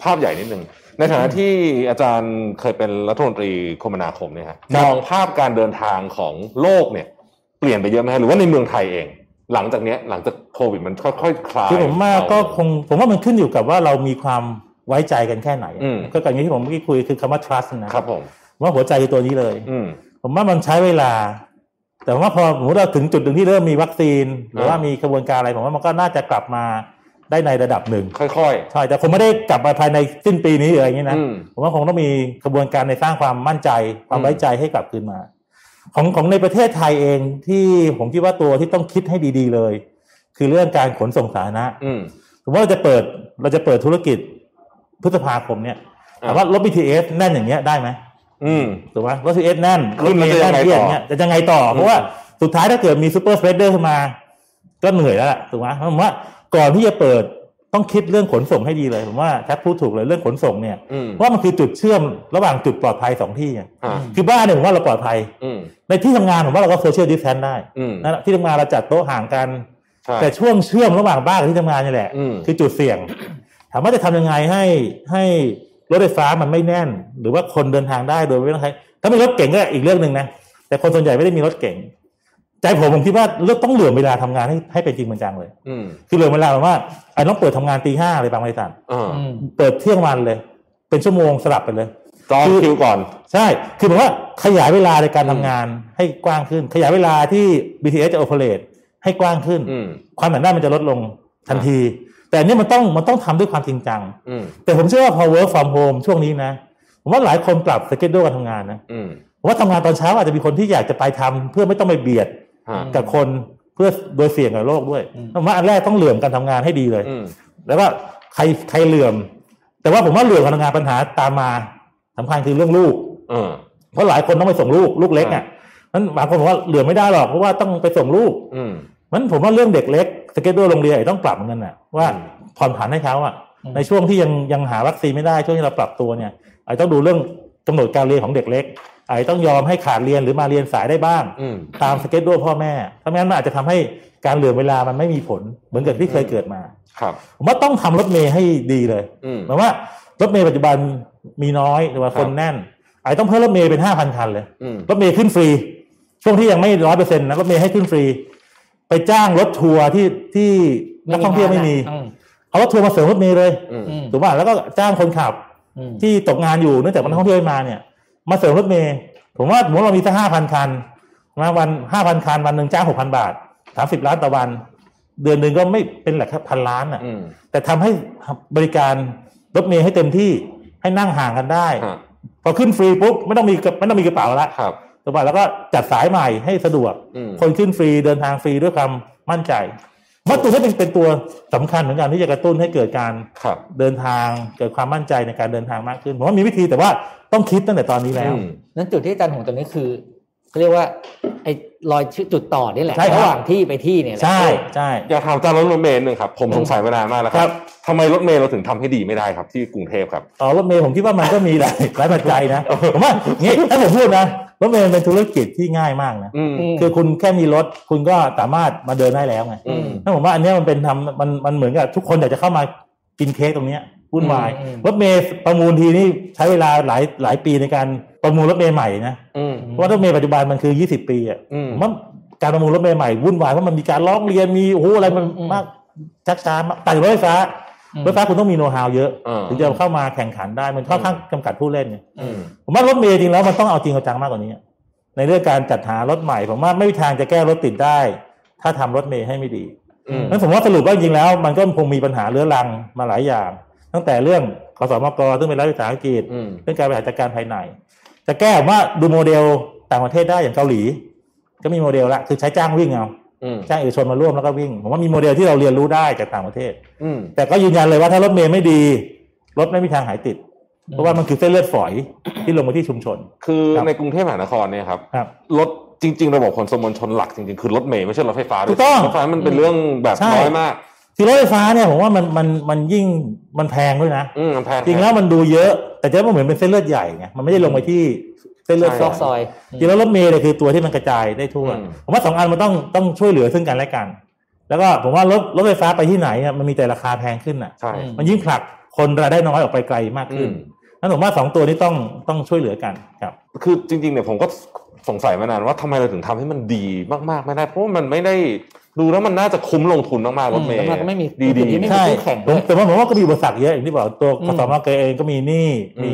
S2: ภาพใหญ่นิดนึง ในฐานะที่อาจารย์เคยเป็นรัฐมนตรีคมนาคมเนี่ยฮะมองภาพการเดินทางของโลกเนี่ย เปลี่ยนไปเยอะไหมฮะหรือว่าในเมืองไทยเอง หลังจากเนี้ยหลังจากโควิดมันค่อยๆคลาย
S3: คือผมว่าก็ค
S2: ง
S3: งผมว่ามันขึ้นอยู่กับว่าเรามีความไว้ใจกันแค่ไหน
S2: อืม
S3: ก็อย่างที่ผมเมื่อกี้คุยคือคำว่า trust นะครับ
S2: ผม
S3: ผมว่าหัวใจคือตัวนี้เลย
S2: อืม
S3: ผมว่ามันใช้เวลา แต่ผมว่าพอสมมติเราถึงจุดหนึ่งที่เริ่มมีวัคซีน หรือว่ามีกระบวนการอะไร ผมว่ามันก็น่าจะกลับมาได้ในระดับหนึ่ง
S2: ค่อย
S3: ใช่แต่คงไม่ได้กลับมาภายในสิ้นปีนี้หรืออะไรอย่างนี้
S2: ๆ
S3: นะ
S2: อืม
S3: ผมว่าคงต้องมีกระบวนการในสร้างความมั่นใจความ
S2: อืม
S3: ไว้ใจให้กลับคืนมา ของของในประเทศไทยเองที่ผมคิดว่าตัวที่ต้องคิดให้ดี ๆ เลย คือเรื่องการขนส่งสาธารณะ
S2: อืม
S3: สมมติว่าเราจะเปิดเราจะเปิดธุรกิจพฤษภาคมเนี่ย
S2: อ่า
S3: ถามว่ารถ BTS แน่นอย่างเงี้ยได้ไหม
S2: อืม
S3: ถูกไหมรถ BTS แน่น
S2: ขึ้
S3: รถ
S2: น
S3: เม
S2: มัน
S3: ล์
S2: จะ
S3: แน่
S2: ยังไงต่อ
S3: นเพียอย่างเงี้ยจะยังไงต่อ เพราะว่าสุดท้ายถ้าเกิดมีซูเปอร์สเปรดเดอร์ขึ้นมา ก็เหนื่อยแล้วล่ะถูกไหมผมว่าก่อนที่จะเปิดต้องคิดเรื่องขนส่งให้ดีเลยผมว่าแท็บพูดถูกเลยเรื่องขนส่งเนี่ย
S2: อืม
S3: ว่ามันคือจุดเชื่อมระหว่างจุดปลอดภัยสองที่ไง
S2: อ่า
S3: คือบ้านเนี่ยผมว่าเราปลอดภัย
S2: อืม
S3: ในที่ทำงานผมว่าเราก็โซเชียลดิสแทนได้
S2: อืม
S3: นั่นแหละที่ทำงานเราจัดโต๊ะห่างกัน
S2: ใช่
S3: แต่ช่วงเชื่อมระหว่างบ้านกับที่ทำงานนี่แหละ
S2: อืม
S3: คือจุดเสี่ยง ถามว่าจะทำยังไงให้ให้รถไฟฟ้ามันไม่แน่น หรือว่าคนเดินทางได้โดยไม่ต้องใช้ถ้ามีรถเก่งก็อีกเรื่องหนึ่งนะแต่คนส่วนใหญ่ไม่ได้มีรถเก่ง ใจผมผมคิดว่าเลือกต้องเหลื่อมเวลาทำงานให้ให้เป็นจริงเป็นจังเลย
S2: อืม
S3: คือเหลื่อมเวลาแบบว่าไอ้ต้องเปิดทำงานตีห้าเลยบางบริษัท
S2: อ่า
S4: อืม
S3: เปิดเที่ยงวันเลย เป็นชั่วโมงสลับไปเลย
S2: จองคิวก่อน
S3: ใช่ คือหมายว่าขยายเวลาในการทำงานให้กว้างขึ้น ขยายเวลาที่ BTS จะโอเปเรตให้กว้างขึ้น
S2: อืม
S3: ความหนาแน่นมันจะลดลงทันที แต่อันเนี่ยมันต้องมันต้องทำด้วยความจริงจัง
S2: อืม
S3: แต่ผมเชื่อว่าพอ work from home ช่วงนี้นะ ผมว่าหลายคนปรับสเกจด้วยการทำงานนะ
S2: อืม
S3: ผมว่าทำงานตอนเช้าอาจจะมีคนที่อยากจะไปทำเพื่อไม่ต้องไปเบียด
S2: อ่า
S3: กับคนเพื่อโดยเสี่ยงกับโรคด้วยผมว่าอันแรกต้องเหลื่อมการทำงานให้ดีเลย
S2: อืม
S3: แล้วว่าใครใครเหลื่อม แต่ว่าผมว่าเหลื่อมการทำงานปัญหาตามมาสำคัญคือเรื่องลูก
S2: อืม
S3: เพราะหลายคนต้องไปส่งลูกลูกเล็กอ่ะนั้นบางคนบอกว่าเหลือไม่ได้หรอกเพราะว่าต้องไปส่งลูก
S2: อืม
S3: มันผมว่าเรื่องเด็กเล็กสเก็ตด้วยโรงเรียนอาจจะต้องปรับเหมือนกันน่ะว่า
S2: อืม
S3: ผ่อนผันให้เขาอ่ะ
S4: อืม
S3: ในช่วงที่ยังยังหาวัคซีนไม่ได้ช่วงที่เราปรับตัวเนี่ยอาจจะต้องดูเรื่องกำหนดการเรียนของเด็กเล็กอาจจะต้องยอมให้ขาดเรียนหรือมาเรียนสายได้บ้าง
S2: อืม
S3: ตามสเก็ตด้วยพ่อแม่ถ้าไม่งั้นมันอาจจะทำให้การเหลือเวลามันไม่มีผลเหมือนกับที่เคยเกิดมา
S2: ครับ
S3: ผมว่าต้องทำรถเมย์ให้ดีเลย
S2: อืม
S3: หมายว่ารถเมล์ปัจจุบันมีน้อยหรือว่าคน
S2: ครับ
S3: แน่นอาจจะต้องเพิ่มรถเมล์เป็นห้าพันคันเลย
S2: อืม
S3: รถเมล์ขึ้นฟรี ช่วงที่ยังไม่ร้อยเปอร์เซ็นต์นะรถเมล์ให้ขึ้นฟรี ไปจ้างรถทัวร์ที่ที่นักท่องเที่ยวไม่มี
S4: อื
S3: เอารถทัวร์มาเสริมรถเมล์เลย
S2: อืม
S4: อืม
S3: ถูกป่ะแล้วก็จ้างคนขับ
S4: อืม
S3: ที่ตกงานอยู่เนื่องจากมันนักท่องเที่ยวไม่มาเนี่ย มาเสริมรถเมล์ผมว่าสมมติเรามีสักห้าพันคันมาวันห้าพันคันวันหนึ่งจ้างหกพันบาทสามสิบล้านต่อวัน เดือนหนึ่งก็ไม่เป็นหลักพันล้านอ่ะ
S2: อืม
S3: แต่ทำให้บริการรถเมล์ให้เต็มที่ให้นั่งห่างกันได้
S2: ฮะ
S3: พอขึ้นฟรีปุ๊บไม่ต้องมีกระไม่ต้องมีกระเป๋าละ
S2: ครับ
S3: ถูกป่ะแล้วก็จัดสายใหม่ให้สะดวก
S2: อืม
S3: คนขึ้นฟรีเดินทางฟรีด้วยความมั่นใจวัตถุนี้เป็นเป็นตัวสำคัญเหมือนกันที่จะกระตุ้นให้เกิดการ
S2: ครับ
S3: เดินทางเกิดความมั่นใจในการเดินทางมากขึ้นผมว่ามีวิธีแต่ว่าต้องคิดตั้งแต่ตอนนี้แล้ว
S2: อืม
S4: นั้นจุดที่อาจารย์หงตรงนี้คือเขาเรียกว่าไอ้รอยชื่อจุดต่อนี่แหละ
S3: ใช่ครับ
S4: ระหว่างที่ไปที่เนี่ยแหละ
S3: ใช่ใช่
S2: อยากถามอาจารย์รถเมล์หนึ่งครับ ผมสงสัยมานานมากแล้วค
S3: ครั
S2: รับบ ทำไมรถเมล์เราถึงทำให้ดีไม่ได้ครับ ที่กรุงเทพครับ
S3: อ๋อรถเมย์ผมคิดว่ามันก็มีหลาย <laughs> หลายปัจจัยนะผมว่างี้ถ้าผมพูดนะรถเมย์มันเป็นธุรกิจที่ง่ายมากนะ
S2: อืม
S4: ม
S3: คือคุณแค่มีรถคุณก็สามารถมาเดินได้แล้วไง
S2: อืม
S3: นั่นผมว่าอันเนี้ยมันเป็นทำมันมันเหมือนกับทุกคนอยากจะเข้ามากินเค้กตรงเนี้ยวุ่นวาย
S4: อืมอืม
S3: รถเมย์ประมูลทีนี่ใช้เวลาหลายหลายปีในการประมูลรถเมย์ใหม่นะ
S2: อืม
S3: เพราะว่ารถเมย์ปัจจุบันมันคือ 20 ปีอ่ะ
S2: อืม
S3: ผมว่าการประมูลรถเมย์ใหม่วุ่นวายเพราะมันมีการร้องเรียนมีโอ้โหอะไรมันมากชักช้ามากแต่รถไฟฟ้ารถไฟฟ้าคุณต้องมีโน้ตฮาวเยอะ
S2: เออ
S3: ถึงจะเข้ามาแข่งขันได้มันค่อนข้างจำกัดผู้เล่นไง
S2: อืม
S3: ผมว่ารถเมล์จริงแล้วมันต้องเอาจริงเอาจังมากกว่านี้ ในเรื่องการจัดหารถใหม่ ผมว่าไม่มีทางจะแก้รถติดได้ ถ้าทำรถเมล์ให้ไม่ดี
S2: อืม
S3: นั้นผมว่าสรุปว่าจริงแล้ว มันก็คงมีปัญหาเรื้อรังมาหลายอย่าง ตั้งแต่เรื่องขสมกซึ่งเป็นรัฐวิสาหกิจ
S2: อืม
S3: เรื่องการบริหารจัดการภายใน จะแก้ผมว่าดูโมเดลต่างประเทศได้อย่างเกาหลี ก็มีโมเดลละคือใช้จ้างวิ่งเอา
S2: อืม
S3: จ้างเอกชนมาร่วมแล้วก็วิ่ง ผมว่ามีโมเดลที่เราเรียนรู้ได้จากต่างประเทศ
S2: อืม
S3: แต่ก็ยืนยันเลยว่าถ้ารถเมล์ไม่ดี รถไม่มีทางหายติด เพราะว่ามันคือเส้นเลือดฝอยที่ลงมาที่ชุมชน
S2: คือ
S3: ครับ
S2: ในกรุงเทพมหานครเนี่ยครับ
S3: ครับ
S2: รถจริง ๆ ระบบขนส่งมวลชนหลักจริง ๆ คือรถเมล์ไม่ใช่รถไฟฟ้าด้วย
S3: ถูกต้อง
S2: รถไฟฟ้ามันเป็นเรื่องแบบ
S3: ใช่
S2: น้อยมาก
S3: ที่รถไฟฟ้าเนี่ยผมว่ามันมันมันยิ่งมันแพงด้วยนะ
S2: อืมมันแพง
S3: จริงแล้วมันดูเยอะ แต่จะว่าเหมือนเป็นเส้นเลือดใหญ่ไงมันไม่ได้ลงไปที่เส้นเลือด
S2: ใช่
S3: ซ
S4: ซ
S3: อ
S4: อก ก
S3: ซ
S4: ซ
S3: อ
S4: อย ย
S3: จริงแล้วรถเมล์เนี่ยคือตัวที่มันกระจายได้ทั่ว
S2: อืม
S3: ผมว่าสองอันมันต้องต้องช่วยเหลือซึ่งกันและกัน แล้วก็ผมว่ารถรถไฟฟ้าไปที่ไหนอะมันมีแต่ราคาแพงขึ้นอ่ะ
S2: ใช่
S3: มันยิ่งผลักคนรายได้น้อยออกไปไกลมาก
S2: อื
S3: ขึ้น
S2: ม
S3: นั้นผมว่าสองตัวนี้ต้องต้องช่วยเหลือกันครับ
S2: คือจริงๆเนี่ยผมก็สงสัยมานานว่าทำไมเราถึงทำให้มันดีมากๆไม่ได้ เพราะว่ามันไม่ได้ดูแล้วมันน่าจะคุ้มลงทุนมากๆรถเมย์
S4: อืมแล้วมันก็ไม่มี
S2: ดี
S4: ไม่มี
S2: ๆ
S3: ใช่
S4: คู่แข่ง
S3: ผมแต่ว่าผมว่าก็มีอุปสรรคเยอะอย่างที่บอกตัว
S4: อื
S3: ก
S4: ม
S3: สมกเองก็มีหนี้
S2: อืม
S3: มี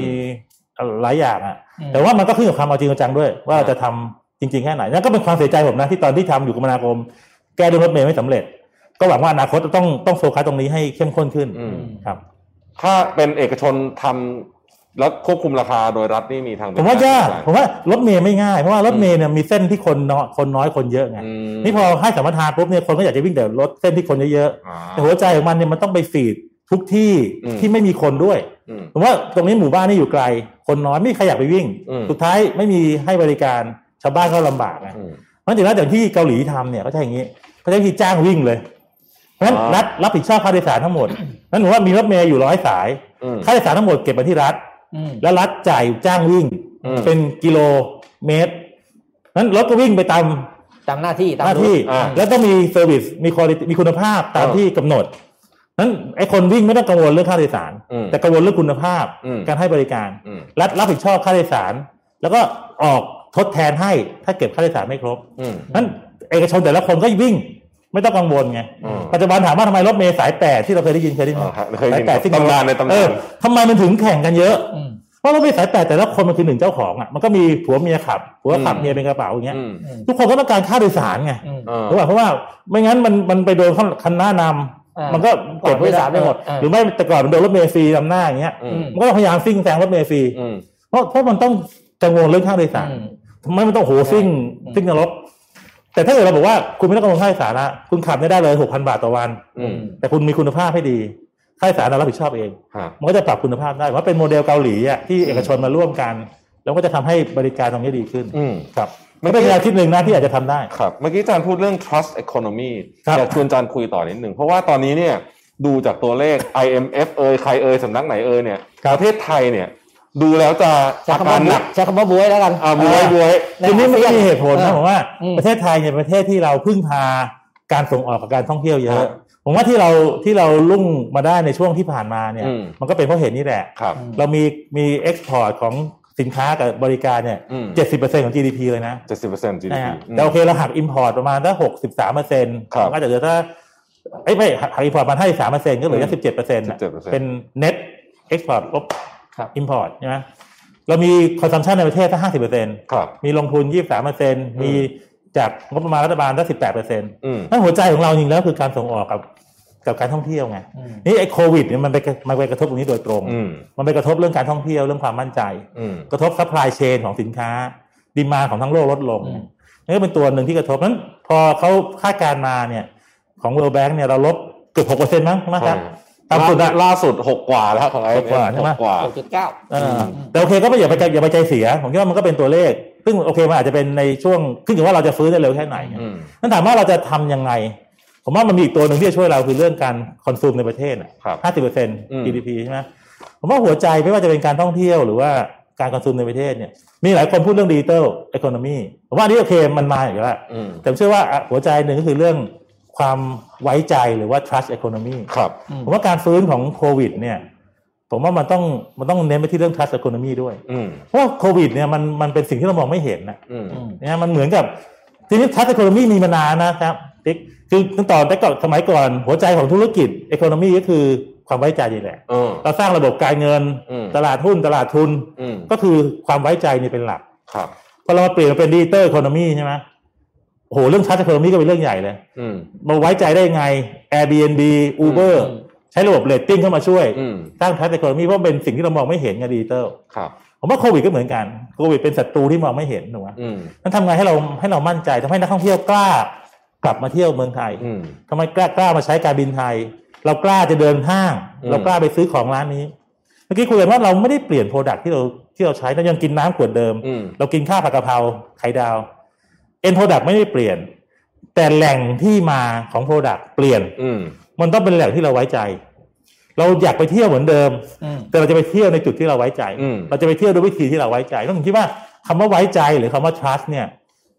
S3: หลายอย่างอ่ะ
S4: อืม
S3: แต่ว่ามันก็ขึ้นกับความเอาจริงเอาจังด้วย ว่าเราจะทำจริงๆแค่ไหนนั่นก็เป็นความเสียใจผมนะที่ตอนที่ทำอยู่กรมนาคม แก้เรื่องรถเมล์ไม่สำเร็จ ก็หวังว่าอนาคตต้องต้องโฟกัสตรงนี้ให้เข้มข้นขึ้น
S2: อืม
S3: ครับ
S2: ถ้าเป็นเอกชนทำแล้วควบคุมราคาโดยรัฐนี่มีทางเป็น
S3: ผมว่ายาก
S2: ได้
S3: ผมว่ารถเมล์ไม่ง่ายเพราะว่ารถเมล์เนี่ยมีเส้นที่คนน้อยคนน้อยคนเยอะไง
S2: อืม
S3: นี่พอให้สัมปทานปุ๊บเนี่ยคนก็อยากจะวิ่งแต่รถเส้นที่คนเยอะ
S2: า
S3: ๆแต่หัวใจของมันเนี่ยมันต้องไปฟีดทุกที่
S2: อืม
S3: ที่ไม่มีคนด้วย
S2: อืม
S3: ผมว่าตรงนี้หมู่บ้านนี่อยู่ไกล คนน้อยไม่มีใครอยากไปวิ่ง
S2: อืม
S3: สุดท้ายไม่มีให้บริการชาวบ้านก็ลำบากนะ
S2: อืม
S3: เพราะฉะนั้นอย่างที่เกาหลีทำเนี่ยเขาใช้อย่างนี้เขาใช้วิธีจ้างวิ่งเลยเพราะฉะนั้น
S2: อ๋อ
S3: รัฐรับผิดชอบค่าโดยสารทั้งหมดนั้นผมว่ามีรถเมย์อยู่ร้อยสาย
S2: อืม
S3: ค่าโดยสารทั้งหมดเก็บมาที่รัฐ
S4: อืม
S3: แล้วรัฐจ่ายจ้างวิ่ง
S2: อืม
S3: เป็นกิโลเมตรนั้นรถก็วิ่งไปตาม
S4: ตามหน้าที่ตาม
S3: หน้าที่
S4: รูท
S2: อ่า
S3: แล้วต้องมีเซอร์วิสมีคุณมีคุณภาพตามที่กำหนดนั้นไอ้คนวิ่งไม่ต้องกังวลเรื่องค่าโดยสาร
S2: อืม
S3: แต่กังวลเรื่องคุณภาพ
S2: อืม
S3: การให้บริการ
S2: อืม
S3: รัฐรับผิดชอบค่าโดยสาร แล้วก็ออกทดแทนให้ถ้าเก็บค่าโดยสารไม่ครบ
S2: อืม
S3: นั้นเอกชนแต่ละคนก็วิ่ง ไม่ต้องกังวลไง
S2: อืม
S3: ปัจจุบันถามว่าทำไมรถเมล์สายแปดที่เราเคยได้ยินเคยได้ยินไหม
S2: อ่าฮะเคยได้ยิ
S3: สาย
S2: น
S3: แปดที่
S2: ตำนานในตำนาน
S3: เออทำไมมันถึงแข่งกันเยอะ
S4: อืม
S3: เพราะรถเมล์สายแปดแต่ละคนมันคือหนึ่งเจ้าของอ่ะมันก็มีผัวเมียขับผัวขับเมียเป็นกระเป๋าอย่างเงี้ย
S2: อืม
S4: อืม
S3: ทุกคนก็ต้องการค่าโดยสารไง
S4: อืม
S2: เออ
S3: เพราะว่าเพราะว่าไม่งั้นมันมันไปโดนคันหน้านำ
S4: อ่ามั
S3: มันก็เก็บไว้สารไม่หมด
S4: อ่า
S3: หรือไม่แต่ก่อนมันโดนรถเมล์ฟรีนำหน้าอย่างเงี้ย
S2: อืม
S3: มันก็ต้องพยายามซิ่งแซงรถเมล์ฟรี
S2: อืม
S3: เพราะเพราะมันต้องกังวลเรื่องค่าโดยสาร
S4: อืม
S3: ทำไมมันต้องโหซิ่ง
S4: อืม
S3: ซิ่งนรกแต่ถ้าเกิดเราบอกว่าคุณไม่ต้องกังวลค่าโดยสารละคุณขับได้ได้เลยหกพันบาทต่อวัน
S2: อืม
S3: แต่คุณมีคุณภาพให้ดีค่าโดยสารเรารับผิดชอบเอง
S2: ฮะ
S3: มันก็จะปรับคุณภาพได้ว่าเป็นโมเดลเกาหลีอะที่
S2: อืม
S3: เอกชนมาร่วมกัน แล้วก็จะทำให้บริการตรงนี้ดีขึ้น
S2: อืม
S3: ครับ
S2: ไม่
S3: ไม่
S2: ได้
S3: เป็นแนวคิดหนึ่งนะที่อาจจะทำได้
S2: ครับเมื่อกี้อาจารย์พูดเรื่อง trust economy
S3: ครับ
S2: อยากชวนอาจารย์คุยต่อนิดหนึ่ง เพราะว่าตอนนี้เนี่ยดูจากตัวเลข IMF เอ่ยใครเอ่ยสำนักไหนเอ่ยเนี่ย
S3: ครับ
S2: ประเทศไทยเนี่ย ดูแล้วจะ
S4: ใช้
S2: อา
S4: คำ
S2: การ
S4: ว่า
S2: หนัก
S4: ใช้คำว่าบวยแล้วกัน
S2: อ่าบวยบวย
S4: ใน
S3: ทีนี้ไม่
S4: อาเซียน
S3: มีเหตุผล
S4: เอ
S3: นะ
S4: อ
S3: ผมว่า
S4: อืม
S3: ประเทศไทยเนี่ยเป็นประเทศที่เราพึ่งพาการส่งออกกับการท่องเที่ยวเยอะ
S2: ฮะ
S3: ผมว่าที่เราที่เราลุ่งมาได้ในช่วงที่ผ่านมาเนี่ย
S2: อืม
S3: มันก็เป็นเพราะเหตุนี้แหละ
S2: ครับ
S3: เรามีมีเอ็กซ์พอร์ตของสินค้ากับบริการเนี่ย
S2: อืม
S3: เจ็ดสิบเปอร์เซ็นของ GDP เลยนะ
S2: เจ็ดสิบเปอร์เซ็นต์ GDP
S3: นะฮะ
S2: อืม
S3: แต่โอเคเราหักอินพอร์ตประมาณถ้าหกสิบสามเปอร์เซ็นต์
S2: ครับ
S3: ก็จะเหลือถ้าไอ้ยไม่หักอินพอร์ตประมาณห้าสิบสามเปอร์เซ็นต์ก็เหลือแค่สิบเจ็ดเปอร์เซ็นต์
S2: 17%
S3: เป็นเน็ตเอ็กซ์พอร์ตลบ
S4: ครับ
S3: อินพอร์ตใช่ไหมเรามีคอนซัมชันในประเทศถ้าห้าสิบเปอร์เซ็นต์
S2: ครับ
S3: มีลงทุน 23เปอร์เซ็นมีจากงบประมาณรัฐบาลได้18เปอร์เซ็นต์
S2: อืม
S3: ั้นหัวใจของเราจริงแล้วคือการส่งออกกับกับการท่องเที่ยวไง
S4: อืม
S3: นี่ไอ้โควิดเนี่ยมันไปมันไปกระทบตรงนี้โดยตรง
S2: อืม
S3: มันไปกระทบเรื่องการท่องเที่ยวเรื่องความมั่นใจ
S2: อืม
S3: กระทบซัพพลายเชนของสินค้า ดีมาของทั้งโลกลดลง
S4: อืม
S3: นี่ก็เป็นตัวหนึ่งที่กระทบนั้น พอเขาคาดการณ์มาเนี่ยของ World Bank เนี่ยเราลบเกือบ6เปอร์เซ็นต์มั้งนะครับ
S2: ใช่
S3: ต่ำสุดอะ
S2: ล่าสุดหกกว่าแล้วของไอ
S3: หกกว่าใช่ไหม
S2: กว่า
S4: หกจุดเก้า
S3: เออแต่โอเคก็ไม่อย่าไปใจอย่าไปใจเสีย ผมคิดว่ามันก็เป็นตัวเลข ซึ่งโอเคมันอาจจะเป็นในช่วงขึ้นอยู่ว่าเราจะฟื้นได้เร็วแค่ไหนเนี่ย
S2: อืม
S3: นั่นถามว่าเราจะทำยังไง ผมว่ามันมีอีกตัวหนึ่งที่จะช่วยเราคือเรื่องการคอนซูมในประเทศ
S2: ครับ
S3: ห้าสิบเปอร์เซ็นต์
S2: ม
S3: GDP ใช่ไหมผมว่าหัวใจไม่ว่าจะเป็นการท่องเที่ยวหรือว่าการคอนซูมในประเทศเนี่ย มีหลายคนพูดเรื่องดิจิตอลอีโคโนมีผมว่าอันนี้โอเคมันมาอยู่แล้ว
S2: อืม
S3: แต่ผมเชื่อว่าอ่ะหัวใจหนึ่งก็คือเรื่องความไว้ใจหรือว่า trust economy
S2: ครับ
S3: ผมว่าการฟื้นของโควิดเนี่ย ผมว่ามันต้องมันต้องเน้นไปที่เรื่อง trust economy ด้วย
S2: อืม
S3: เพราะว่าโควิดเนี่ยมันมันเป็นสิ่งที่เรามองไม่เห็นนะ
S2: อืม
S3: นะมันเหมือนกับทีนี้ trust economy มีมานานนะครับติ๊กคือตั้งแต่แต่ก่อนสมัยก่อน หัวใจของธุรกิจ economy ก็คือความไว้ใจนี่แหละ
S2: เออ
S3: เราสร้างระบบการเงิน
S2: อืม
S3: ตลาดหุ้นตลาดทุน
S2: อืม
S3: ก็คือความไว้ใจนี่เป็นหลัก
S2: ครับ
S3: พอเรามาเปลี่ยนมาเป็นดิจิตอล economy ใช่ไหมโอ้โหเรื่อง trust economy ก็เป็นเรื่องใหญ่เลย
S2: อืม
S3: มาไว้ใจได้ยังไง Airbnb Uber
S4: อืม
S3: ใช้ระบบเรตติ้งเข้ามาช่วย
S2: อืม
S3: สร้าง trust economy เพราะเป็นสิ่งที่เรามองไม่เห็นไงดิจิตอล
S2: ครับ
S3: ผมว่าโควิดก็เหมือนกันโควิดเป็นศัตรูที่มองไม่เห็นถูกไหม
S2: อืม
S3: นั่นทำไงให้เราให้เรามั่นใจทำให้นักท่องเที่ยวกล้ากลับมาเที่ยวเมืองไทย
S2: อืม
S3: ทำไมกล้ากล้ามาใช้การบินไทย เรากล้าจะเดินห้าง
S2: อืม
S3: เรากล้าไปซื้อของร้านนี้เมื่อกี้คุยกันว่าเราไม่ได้เปลี่ยนโปรดักที่เราที่เราใช้เรายังกินน้ำขวดเดิม
S2: อืม
S3: เรากินข้าวผัดกะเพราไข่ดาวเอ็นโปรดักไม่ได้เปลี่ยน แต่แหล่งที่มาของโปรดักเปลี่ยน
S2: อืม
S3: มันต้องเป็นแหล่งที่เราไว้ใจ เราอยากไปเที่ยวเหมือนเดิม
S4: อืม
S3: แต่เราจะไปเที่ยวในจุดที่เราไว้ใจ
S2: อืม
S3: เราจะไปเที่ยวด้วยวิธีที่เราไว้ใจต้องผมคิดว่าคำว่าไว้ใจหรือคำว่า trust เนี่ย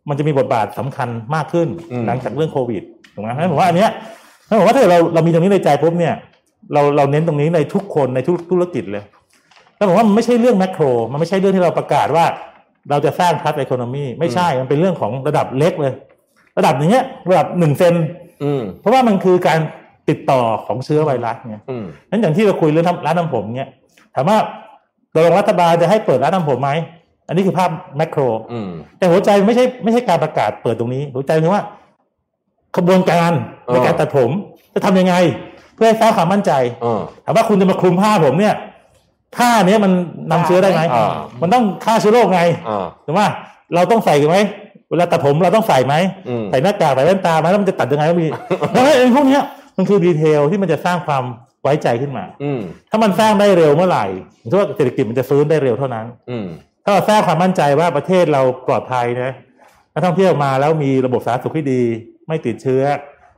S3: มันจะมีบทบาทสำคัญมากขึ้น
S2: อืม
S3: หลังจากเรื่องโควิดถูกไหมเพราะฉะนั้นผมว่าอันเนี้ยเพราะฉะนั้นผมว่าถ้าเกิดเราเรามีตรงนี้ในใจปุ๊บเนี่ย เราเราเน้นตรงนี้ในทุกคนในทุกธุรกิจเลยแล้วผมว่ามันไม่ใช่เรื่องแมกโรมันไม่ใช่เรื่องที่เราประกาศว่า เราจะสร้าง trust economy ไม่ใช่มันเป็นเรื่องของระดับเล็กเลย ระดับอย่างเงี้ยระดับหนึ่งเซน
S2: อืม
S3: เพราะว่ามันคือการติดต่อของเชื้อไวรัสเนี่ย
S2: อืม
S3: นั้นอย่างที่เราคุยเรื่องทำร้านทำผมเนี่ยถามว่าตกลงรัฐบาลจะให้เปิดร้านทำผมไหม อันนี้คือภาพแมกโร
S2: อืม
S3: แต่หัวใจไม่ใช่ไม่ใช่การประกาศเปิดตรงนี้ หัวใจคือว่าขบวนการ
S2: เออ
S3: ในการตัดผม จะทำยังไง เพื่อให้สร้างความมั่นใจ
S2: เออ
S3: ถามว่าคุณจะมาคลุมผ้าผมเนี่ยผ้าเนี้ยมันนำเชื้อได้ไหม
S2: อ่า
S3: มันต้องฆ่าเชื้อโรคไง
S2: อ่า
S3: ถูกไหมเราต้องใส่ไหมเวลาตัดผมเราต้องใส่ไหม
S2: อืม
S3: ใส่หน้ากากใส่แว่นตาไหมแล้วมันจะตัดยังไง
S2: <laughs>
S3: แล้วมี เพราะฉะนั้นไอ้พวกเนี้ยมันคือดีเทลที่มันจะสร้างความไว้ใจขึ้นมา
S2: อืม
S3: ถ้ามันสร้างได้เร็วเมื่อไหร่ผมคิดว่าเศรษฐกิจมันจะฟื้นได้เร็วเท่านั้น
S2: อืม
S3: ถ้าเราสร้างความมั่นใจว่าประเทศเราปลอดภัยนะนักท่องเที่ยวมาแล้วมีระบบสาธารณสุขที่ดี ไม่ติดเชื้อ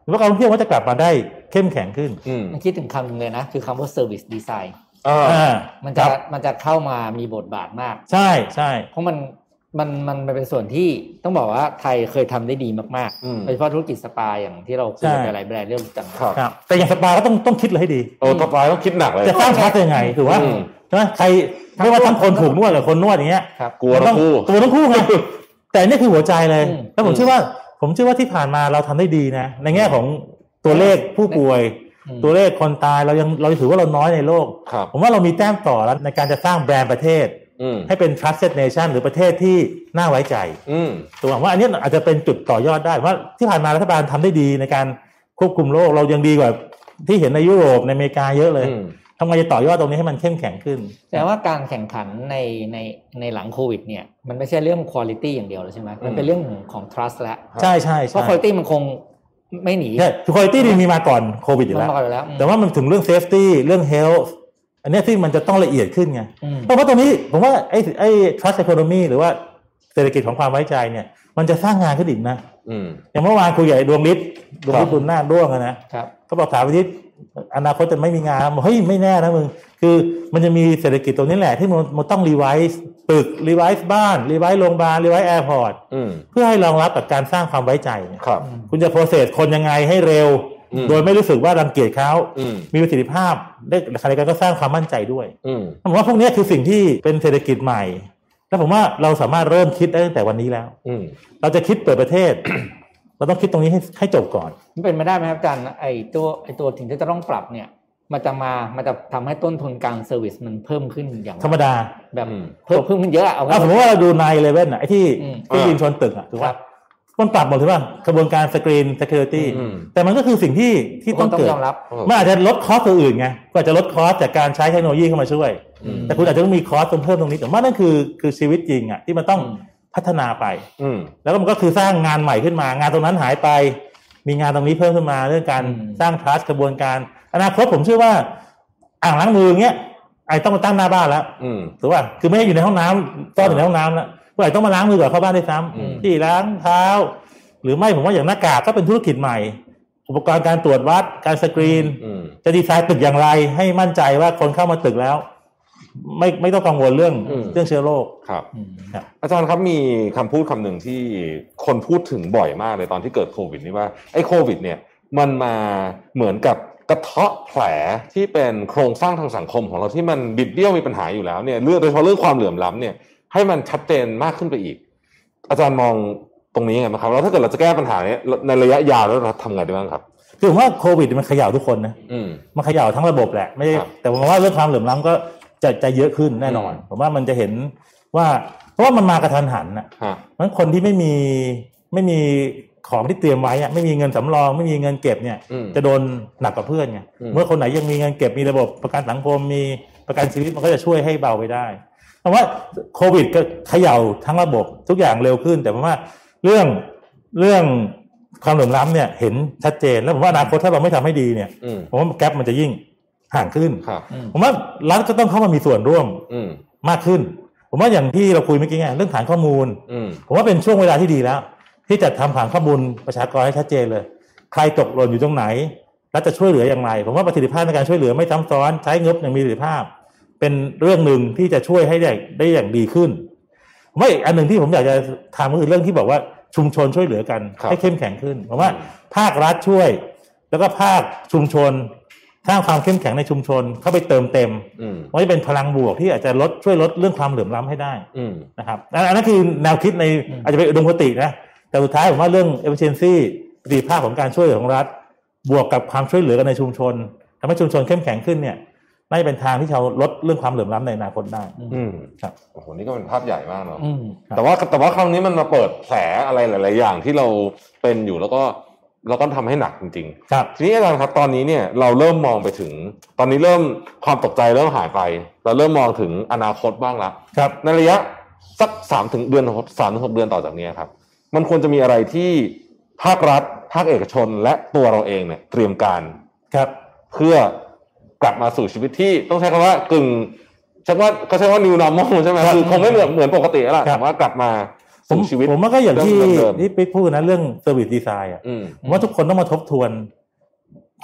S3: ผมว่าการท่องเที่ยวก็จะกลับมาได้เข้มแข็งขึ้น
S2: อืม
S4: มันคิดถึงคำหนึ่งเลยนะ คือคำว่า service design
S2: อ่า
S3: อ่า
S4: มันจะ
S3: ครับ
S4: มันจะเข้ามามีบทบาทมาก
S3: ใช่ใช่
S4: เพราะมันมันมันมันเป็นส่วนที่ต้องบอกว่าไทยเคยทำได้ดีมาก
S2: อืม
S4: ๆโดยเฉพาะธุรกิจสปาอย่างที่เราคุย
S3: ใช่
S4: กันหลายแบรนด์เรื่องต่าง
S2: ครับ
S3: ครับ แต่อย่างสปาก็ต้องต้องคิดเลยให้ดี
S2: เออต่อไปต้องคิดหนักเลย
S3: จะสร้างชาร์จยังไงถือว่า
S2: อืม
S3: ใช่ไหมใครไม่ว่าทั้งคนถูกนวดหรือคนนวดอย่างเงี้ย
S4: ครับ
S2: กลัว
S3: มัน
S2: ทั้
S3: ต้อง ง
S2: คู่
S3: ตัวต้องคู่ไงแต่นี่คือหัวใจเลย
S4: อืม
S3: แล้วผมเชื่อว่า ผมเชื่อว่าที่ผ่านมาเราทำได้ดีนะ ในแง่ของตัวเลขผู้ป่วย
S4: อืม
S3: ตัวเลขคนตายเรายังเราถือว่าเราน้อยในโลก
S2: ครับ
S3: ผมว่าเรามีแต้มต่อแล้วในการจะสร้างแบรนด์ประเทศ
S2: อืม
S3: ให้เป็น trusted nation หรือประเทศที่น่าไว้ใจ
S2: อืม
S3: ตัวผมว่าอันเนี้ยอาจจะเป็นจุดต่อยอดได้เพราะที่ผ่านมารัฐบาลทำได้ดีในการควบคุมโรคเรายังดีกว่า ที่เห็นในยุโรปในอเมริกาเยอะเลย
S2: อืม
S3: ทำไงจะต่อยอดตรงนี้ให้มันเข้มแข็งขึ้น
S4: แต่ว่าการแข่งขันในในในหลังโควิดเนี่ยมันไม่ใช่เรื่องคุณภาพอย่างเดียวแล้วใช่ไหมมันเป็นเรื่องของ trust แล้ว
S3: ใช่ใช่ใช่
S4: เพราะคุณภาพมันคงไม่หนี
S3: ใช่คือคุณภาพดีมีมาก่อนโควิดอยู่
S4: มัน
S3: แล้ว
S4: มาอยู่แล้ว
S3: แต่ว่ามันถึงเรื่องเซฟตี้เรื่องเฮล t h อันเนี้ยที่มันจะต้องละเอียดขึ้นไง
S4: อืม
S3: เพราะว่าตรงนี้ผมว่าไอ้ไอ้ trust economy หรือว่าเศรษฐกิจของความไว้ใจเนี่ย มันจะสร้างงานขึ้นอีกนะ
S2: อืม
S3: อย่างเมื่อวานคุยกับไอ้ดวงฤทธิ์ดวงฤทธิ์บุญนาคด้วงอะนะครับ เขาบอกถามวิทิตอนาคตจะไม่มีงานบอกเฮ้ยไม่แน่นะมึง คือมันจะมีเศรษฐกิจตรงนี้แหละที่มันมันต้องรีไวซ์ตึกรีไวซ์บ้านรีไวซ์โรงพยาบาลรีไวซ์แอร์พอร์ต
S2: อืม
S3: เพื่อให้รองรับกับการสร้างความไว้ใจเนี่ย
S2: ครับ
S3: คุณจะโปรเซสคนยังไงให้เร็ว
S2: อืม
S3: โดยไม่รู้สึกว่ารังเกียจเขา
S2: อืม
S3: มีประสิทธิภาพได้ขณะเดียวกันก็สร้างความมั่นใจด้วย
S2: อืม
S3: ผมว่าพวกเนี้ยคือสิ่งที่เป็นเศรษฐกิจใหม่ แล้วผมว่าเราสามารถเริ่มคิดได้ตั้งแต่วันนี้แล้ว
S2: อืม
S3: เราจะคิดเปิดประเทศ <coughs> เราต้องคิดตรงนี้ให้ให้จบก่อน
S4: มันเป็นไม่ได้ไหมครับอาจารย์ไอตัวไอตัวถึงที่จะต้องปรับเนี่ย มันจะมามันจะทำให้ต้นทุนการเซอร์วิสมันเพิ่มขึ้นอย่าง
S3: ธรรมดา
S4: แบบ
S2: อืม
S4: เพิ่มเพิ่มขึ้นเยอะอะเอา
S3: ถ้าสมมติว่าเราดูนายเลเว่นอะไอ้ที่
S4: อืม
S3: ที่ยิงชนตึกอะถือว่ามันปรับหมดถือว่ากระบวนการสกรีน security
S2: อืม
S3: แต่มันก็คือสิ่งที่ที่ต้
S4: ต้อ
S3: อง ง
S4: ต้อง
S3: เกิด
S4: ยอมรับ
S3: มันอาจจะลดคอสตัวอื่นไงก็อาจจะลดคอสจากการใช้เทคโนโลยีเข้ามาช่วย
S2: อืม
S3: แต่คุณอาจจะต้องมีคอร์สเพิ่มตรงนี้แต่ว่านั่นคือคือชีวิตจริงอะที่มันต้อง
S4: อืม
S3: พัฒนาไป
S2: อืม
S3: แล้วก็มันก็คือสร้างงานใหม่ขึ้นมา งานตรงนั้นหายไป มีงานตรงนี้เพิ่มขึ้นมาเรื่องการ
S4: อืม
S3: สร้างทัสกระบวนการอนาคตผมเชื่อว่า อ่างล้างมืออย่างเงี้ยไอ้ต้องมาตั้งหน้าบ้านแล้ว
S2: อืม
S3: ถูกป่ะคือไม่ได้อยู่ในห้องน้ำต้อนอยู่ในห้องน้ำแล้วผู้ใหญ่ต้องมาล้างมือก่อนเข้าบ้านด้วยซ้
S2: อืม
S3: ำที่ล้างเท้า หรือไม่ผมว่าอย่างหน้ากากก็เป็นธุรกิจใหม่ อุปกรณ์การตรวจวัดการสกรีน
S2: อืม
S3: จะดีไซน์ตึกอย่างไรให้มั่นใจว่าคนเข้ามาตึกแล้ว ไม่ไม่ต้องกังวลเรื่อง
S2: อืม
S3: เรื่องเชื้อโรค
S2: ครับ
S4: อืม
S2: อาจารย์ครับมีคำพูดคำหนึ่งที่คนพูดถึงบ่อยมากเลยตอนที่เกิดโควิดนี่ว่าไอ้โควิด เนี่ย มันมาเหมือนกับกระเทาะแผลที่เป็นโครงสร้างทางสังคมของเราที่มันบิดเบี้ยวมีปัญหาอยู่แล้วเนี่ยเรื่องโดยเฉพาะเรื่องความเหลื่อมล้ำเนี่ยให้มันชัดเจนมากขึ้นไปอีก อาจารย์มองตรงนี้ยังไงบ้างครับแล้วถ้าเกิดเราจะแก้ปัญหาเนี้ยในระยะยาวแล้วเราทำไงได้บ้างครับ
S3: คือผมว่าโควิดมันเขย่าทุกคนนะ
S2: อืม
S3: มันเขย่าทั้งระบบแหละไม่ได้
S2: ครับ
S3: แต่ผมว่าเรื่องความเหลื่อมล้ำก็จะจะเยอะขึ้นแน่นอน ผมว่ามันจะเห็นว่าเพราะว่ามันมากระทันหันนะ
S2: ฮะ
S3: เพราะฉะนั้นคนที่ไม่มีไม่มีของที่เตรียมไว้อะไม่มีเงินสำรอง ไม่มีเงินเก็บเนี่ย
S2: อืม
S3: จะโดนหนักกว่าเพื่อนไง
S2: อืม
S3: เมื่อคนไหนยังมีเงินเก็บมีระบบประกันสังคมมีประกันชีวิตมันก็จะช่วยให้เบาไปได้เพราะว่าโควิดก็เขย่าทั้งระบบทุกอย่างเร็วขึ้น แต่ผมว่าเรื่องเรื่องความเหลื่อมล้ำเนี่ยเห็นชัดเจนแล้วผมว่าอนาคตถ้าเราไม่ทำให้ดีเนี่ย
S2: อืม
S3: ผมว่าแกลบมันจะยิ่งห่างขึ้น
S2: ครับ
S3: ผมว่ารัฐก็ต้องเข้ามามีส่วนร่วม
S2: อืม
S3: มากขึ้น ผมว่าอย่างที่เราคุยเมื่อกี้ไงเรื่องฐานข้อมูล
S2: อืม
S3: ผมว่าเป็นช่วงเวลาที่ดีแล้ว ที่จะทำฐานข้อมูลประชากรให้ชัดเจนเลย ใครตกหล่นอยู่ตรงไหน รัฐจะช่วยเหลืออย่างไรผมว่าประสิทธิภาพในการช่วยเหลือไม่ซ้ำซ้อนใช้งบอย่างมีประสิทธิภาพ เป็นเรื่องหนึ่งที่จะช่วยให้ได้ได้อย่างดีขึ้นผมว่าอีกอันหนึ่งที่ผมอยากจะทำก็คือเรื่องที่บอกว่าชุมชนช่วยเหลือกัน
S2: ครับ
S3: ให้เข้มแข็งขึ้นผมว่า
S2: อืม
S3: ภาครัฐช่วย แล้วก็ภาคชุมชนสร้างความเข้มแข็งในชุมชนเข้าไปเติมเต็ม
S2: อืม
S3: ว่าจะเป็นพลังบวกที่อาจจะลดช่วยลดเรื่องความเหลื่อมล้ำให้ได้
S2: อืม
S3: นะครับอันอันนั้นคือแนวคิดใน
S4: อืม
S3: อาจจะเป็นอุดมคตินะ แต่สุดท้ายผมว่าเรื่อง efficiency ประสิทธิภาพของการช่วยเหลือของรัฐ บวกกับความช่วยเหลือกันในชุมชนทำให้ชุมชนเข้มแข็งขึ้นเนี่ยน่าจะเป็นทางที่เราลดเรื่องความเหลื่อมล้ำในอนาคตได้
S2: อืม
S3: ครับ
S2: โอ้โหนี่ก็เป็นภาพใหญ่มากเนาะ
S4: อืม
S2: แต่ว่าแต่ว่าครั้งนี้มันมาเปิดแผลอะไรหลาย ๆ อย่างที่เราเป็นอยู่แล้วก็แล้วก็ทำให้หนักจริง
S3: ครับ
S2: ๆ ทีนี้อาจารย์ครับตอนนี้เนี่ยเราเริ่มมองไปถึง ตอนนี้เริ่มความตกใจเริ่มหายไป เราเริ่มมองถึงอนาคตบ้างละ
S3: ครับ
S2: ในระยะสักสามถึงเดือนสามถึงหกเดือนต่อจากนี้ครับ มันควรจะมีอะไรที่ภาครัฐ ภาคเอกชนและตัวเราเองเนี่ยเตรียมการ
S3: ครับ
S2: เพื่อกลับมาสู่ชีวิตที่ต้องใช้คำว่ากึ่งใช้ว่าเขาใช้ว่า new normal ใช่ไหมคือคงไม่เหมือนเหมือนปกติแล้วล่ะ
S3: ครับ
S2: แต่ว่ากลับมา
S3: ผม
S2: สู่ชีวิต
S3: ผมว่าก็อย่างที่
S2: เรื่องเดิม
S3: ที่ไปพูดนะเรื่อง service design อะ
S2: อืม
S3: ผมว่าทุกคนต้องมาทบทวน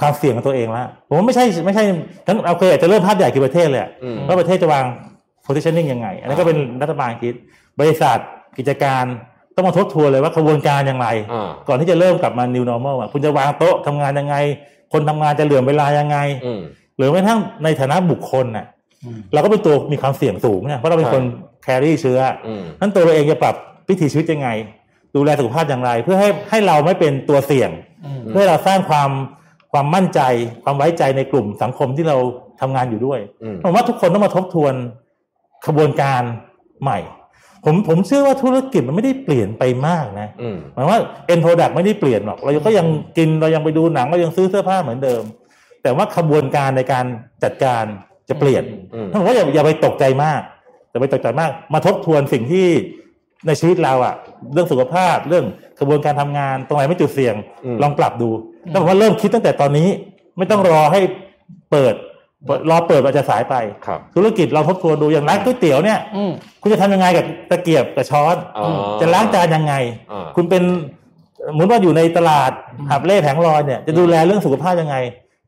S3: ความเสี่ยงของตัวเองละผมว่าไม่ใช่ไม่ใช่ทั้งโอเคอาจจะเริ่มภาพใหญ่คือประเทศเลยอะ
S2: อืม
S3: ว่าประเทศจะวาง positioning ยังไง อันนั้นก็เป็นรัฐบาลคิด บริษัทกิจการต้องมาทบทวนเลยว่ากระบวนการอย่างไร
S2: อ่า
S3: ก่อนที่จะเริ่มกลับมา new normal อะคุณจะวางโต๊ะทำงานยังไง คนทำงานจะเหลื่อมเวลายังไง
S2: อืม
S3: หรือแม้กระทั่งในฐานะบุคคลน่ะ
S4: อืม
S3: เราก็เป็นตัวมีความเสี่ยงสูงเนี่ยเพราะเราเป็นคน
S2: ใช่
S3: แครี่เชื้ออ
S2: อืม
S3: นั้นตัวเราเองจะปรับวิถีชีวิตยังไง ดูแลสุขภาพอย่างไร เพื่อให้ให้เราไม่เป็นตัวเสี่ยง
S4: อืม
S3: เพื่อให้เราสร้างความความมั่นใจ ความไว้ใจในกลุ่มสังคมที่เราทำงานอยู่ด้วย
S2: อืม
S3: ผมว่าทุกคนต้องมาทบทวนขบวนการใหม่ ผมผมเชื่อว่าธุรกิจมันไม่ได้เปลี่ยนไปมากนะ
S2: อืม
S3: หมายว่า end product ไม่ได้เปลี่ยนหรอก เราก็ยังกินเรายังไปดูหนังเรายังซื้อเสื้อผ้าเหมือนเดิม แต่ว่าขบวนการในการจัดการจะเปลี่ยน
S2: อืม
S3: ท่านบอกว่าอย่าอย่าไปตกใจมากอย่าไปตกใจมาก มาทบทวนสิ่งที่ในชีวิตเราอะเรื่องสุขภาพเรื่องกระบวนการทำงานตรงไหนไม่จุดเสี่ยง
S2: อืม
S3: ลองปรับดูแล้วผมว่าเริ่มคิดตั้งแต่ตอนนี้ ไม่ต้องรอให้เปิดเปิดรอเปิดอาจจะสายไป
S2: ครับ
S3: ธุรกิจลองทบทวนดูอย่างร้านก๋วยเตี๋ยวเนี่ย
S4: อืม
S3: คุณจะทำยังไงกับตะเกียบกับช้อน
S2: อ๋อ
S3: จะล้างจานยังไง
S2: อ่า
S3: คุณเป็นสมมติว่าอยู่ในตลาดหับเล่แผงลอยเนี่ย จะดูแลเรื่องสุขภาพยังไง